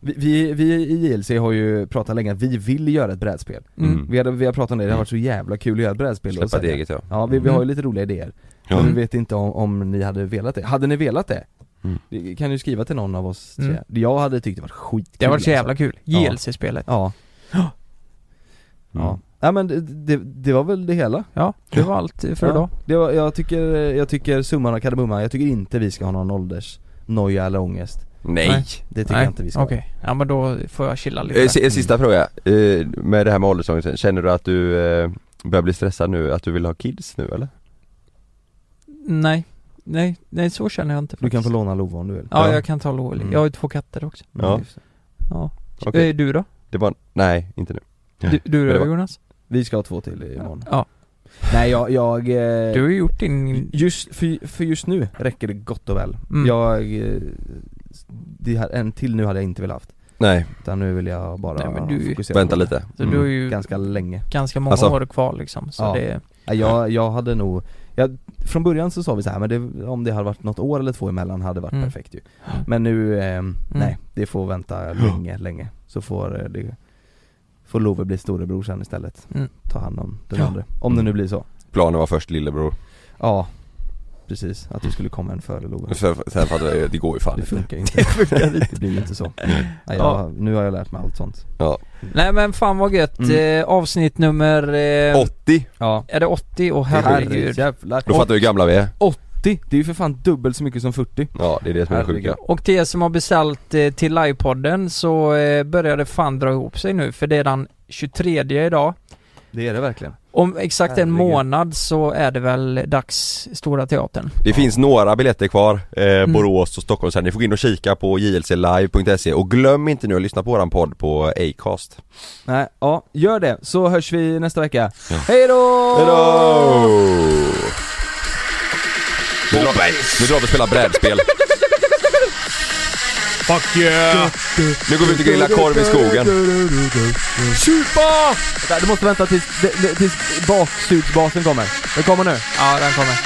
Speaker 1: Vi, vi, vi i JLC har ju pratat länge, vi vill göra ett brädspel
Speaker 3: Mm.
Speaker 2: Mm.
Speaker 1: vi, hade, vi har pratat om det, det har varit så jävla kul att göra ett brädspel och
Speaker 2: Släppa ett
Speaker 1: sälja.
Speaker 2: eget ja
Speaker 1: Ja vi, vi
Speaker 3: Mm.
Speaker 1: har ju lite roliga idéer
Speaker 2: Ja.
Speaker 1: Men vi vet inte om, om ni hade velat det. Hade ni velat det?
Speaker 2: Mm.
Speaker 1: Det Kan du skriva till någon av oss tre?
Speaker 3: Mm.
Speaker 1: Jag hade tyckt det varit skitkul
Speaker 3: Det har varit så jävla
Speaker 1: alltså.
Speaker 3: kul.
Speaker 1: Ja.
Speaker 3: JLC-spelet.
Speaker 1: Ja, ja.
Speaker 2: Mm.
Speaker 1: Ja men det, det, det var väl det hela
Speaker 3: Ja, det var allt för
Speaker 1: ja.
Speaker 3: idag.
Speaker 1: Det var, jag tycker, jag tycker summan av kardemumman, jag tycker inte vi ska ha någon ålders noja eller ångest
Speaker 2: Nej!
Speaker 1: Det tycker
Speaker 3: Nej,
Speaker 1: jag inte vi ska
Speaker 3: Okej,
Speaker 1: ha.
Speaker 3: ja men då får jag chilla
Speaker 2: Eh,
Speaker 3: lite.
Speaker 2: si- Sista fråga, Eh, med det här med åldersångesten, känner du att du eh, börjar bli stressad nu? Att du vill ha kids nu eller?
Speaker 3: Nej, nej, nej så känner jag inte
Speaker 1: Du kan
Speaker 3: faktiskt.
Speaker 1: få låna Lova om du vill
Speaker 3: Ja, jag kan ta lov.
Speaker 1: Mm.
Speaker 3: Jag har ju två katter också.
Speaker 2: Ja.
Speaker 1: just det.
Speaker 3: Ja.
Speaker 2: Okej.
Speaker 3: Eh, Du då?
Speaker 2: Det var, nej inte nu
Speaker 3: Du, du
Speaker 2: Det
Speaker 3: då
Speaker 2: var-
Speaker 3: Jonas?
Speaker 1: Vi ska ha två till imorgon
Speaker 3: Ja.
Speaker 1: Nej jag, jag eh,
Speaker 3: Du har ju gjort din...
Speaker 1: Just, för, för just nu räcker det gott och väl
Speaker 3: Mm.
Speaker 1: Jag, eh, det här, en till nu hade jag inte velat haft
Speaker 2: Nej,
Speaker 1: Utan nu vill jag bara
Speaker 3: Nej, men du-
Speaker 1: fokusera
Speaker 2: vänta
Speaker 1: på det.
Speaker 2: lite
Speaker 3: Så du har
Speaker 2: Mm.
Speaker 3: ju
Speaker 1: Ganska länge
Speaker 3: ganska många
Speaker 2: Alltså-
Speaker 3: år kvar liksom. Så
Speaker 1: Ja.
Speaker 3: det...
Speaker 1: Ja, Jag, jag hade nog, jag, från början så sa vi så här, men det, om det hade varit något år eller två emellan hade det varit
Speaker 3: Mm.
Speaker 1: perfekt ju Men nu, ehm, nej
Speaker 3: Mm.
Speaker 1: det får vänta länge, länge Så får eh, det, får Love bli storebror sen istället
Speaker 3: Mm.
Speaker 1: Ta hand om den
Speaker 3: Ja.
Speaker 1: andra, om det nu blir så
Speaker 2: Mm. Planen var först lillebror,
Speaker 1: Ja, precis, att du skulle komma en före Love
Speaker 2: sen, sen fattade jag, det går ju fan
Speaker 1: Det
Speaker 2: inte
Speaker 1: funkar inte Det funkar inte, det blir ju inte så ja, jag, Nu har jag lärt mig allt sånt
Speaker 3: Nej men fan vad gött.
Speaker 1: Mm.
Speaker 3: Eh, avsnitt nummer... Eh,
Speaker 2: 80!
Speaker 1: Ja
Speaker 3: Är det 80? Och herregud.
Speaker 1: jävlar
Speaker 2: Då fattar du hur gamla vi är
Speaker 1: 80, det är ju för fan dubbelt så mycket som 40
Speaker 2: Ja, det är det som är det sjuka
Speaker 1: Herregud.
Speaker 3: Och till er som har beställt eh, till livepodden så eh, börjar det fan dra ihop sig nu för det är den 23 idag.
Speaker 1: Det är det verkligen
Speaker 3: Om exakt en
Speaker 1: Herregud.
Speaker 3: månad så är det väl dags Stora Teatern.
Speaker 2: Det finns några biljetter kvar, eh,
Speaker 5: Mm.
Speaker 2: Borås och Stockholm sen. Ni får gå in och kika på jlclive.se och glöm inte nu att lyssna på våran podd på Acast.
Speaker 1: Nej, ja, gör det, så hörs vi nästa vecka. Hej då!
Speaker 2: Nu drar, nu drar vi och spelar brädspel.
Speaker 5: Fuck yeah!
Speaker 2: Nu går vi ut och grillar korv i skogen.
Speaker 1: Supa! Vänta, Du måste vänta tills, tills baksugsbasen kommer. Den kommer nu.
Speaker 3: Ja, den kommer.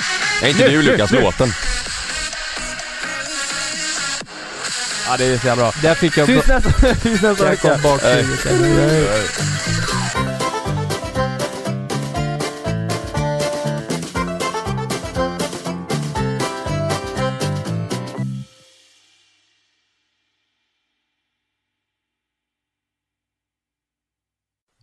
Speaker 2: Är inte du Lukas låten?
Speaker 1: Ja det är så jävla bra.
Speaker 3: Där fick jag...
Speaker 1: Tills nästa, tills nästa
Speaker 3: Där
Speaker 1: vecka.
Speaker 3: kom bakhuvudet. eller?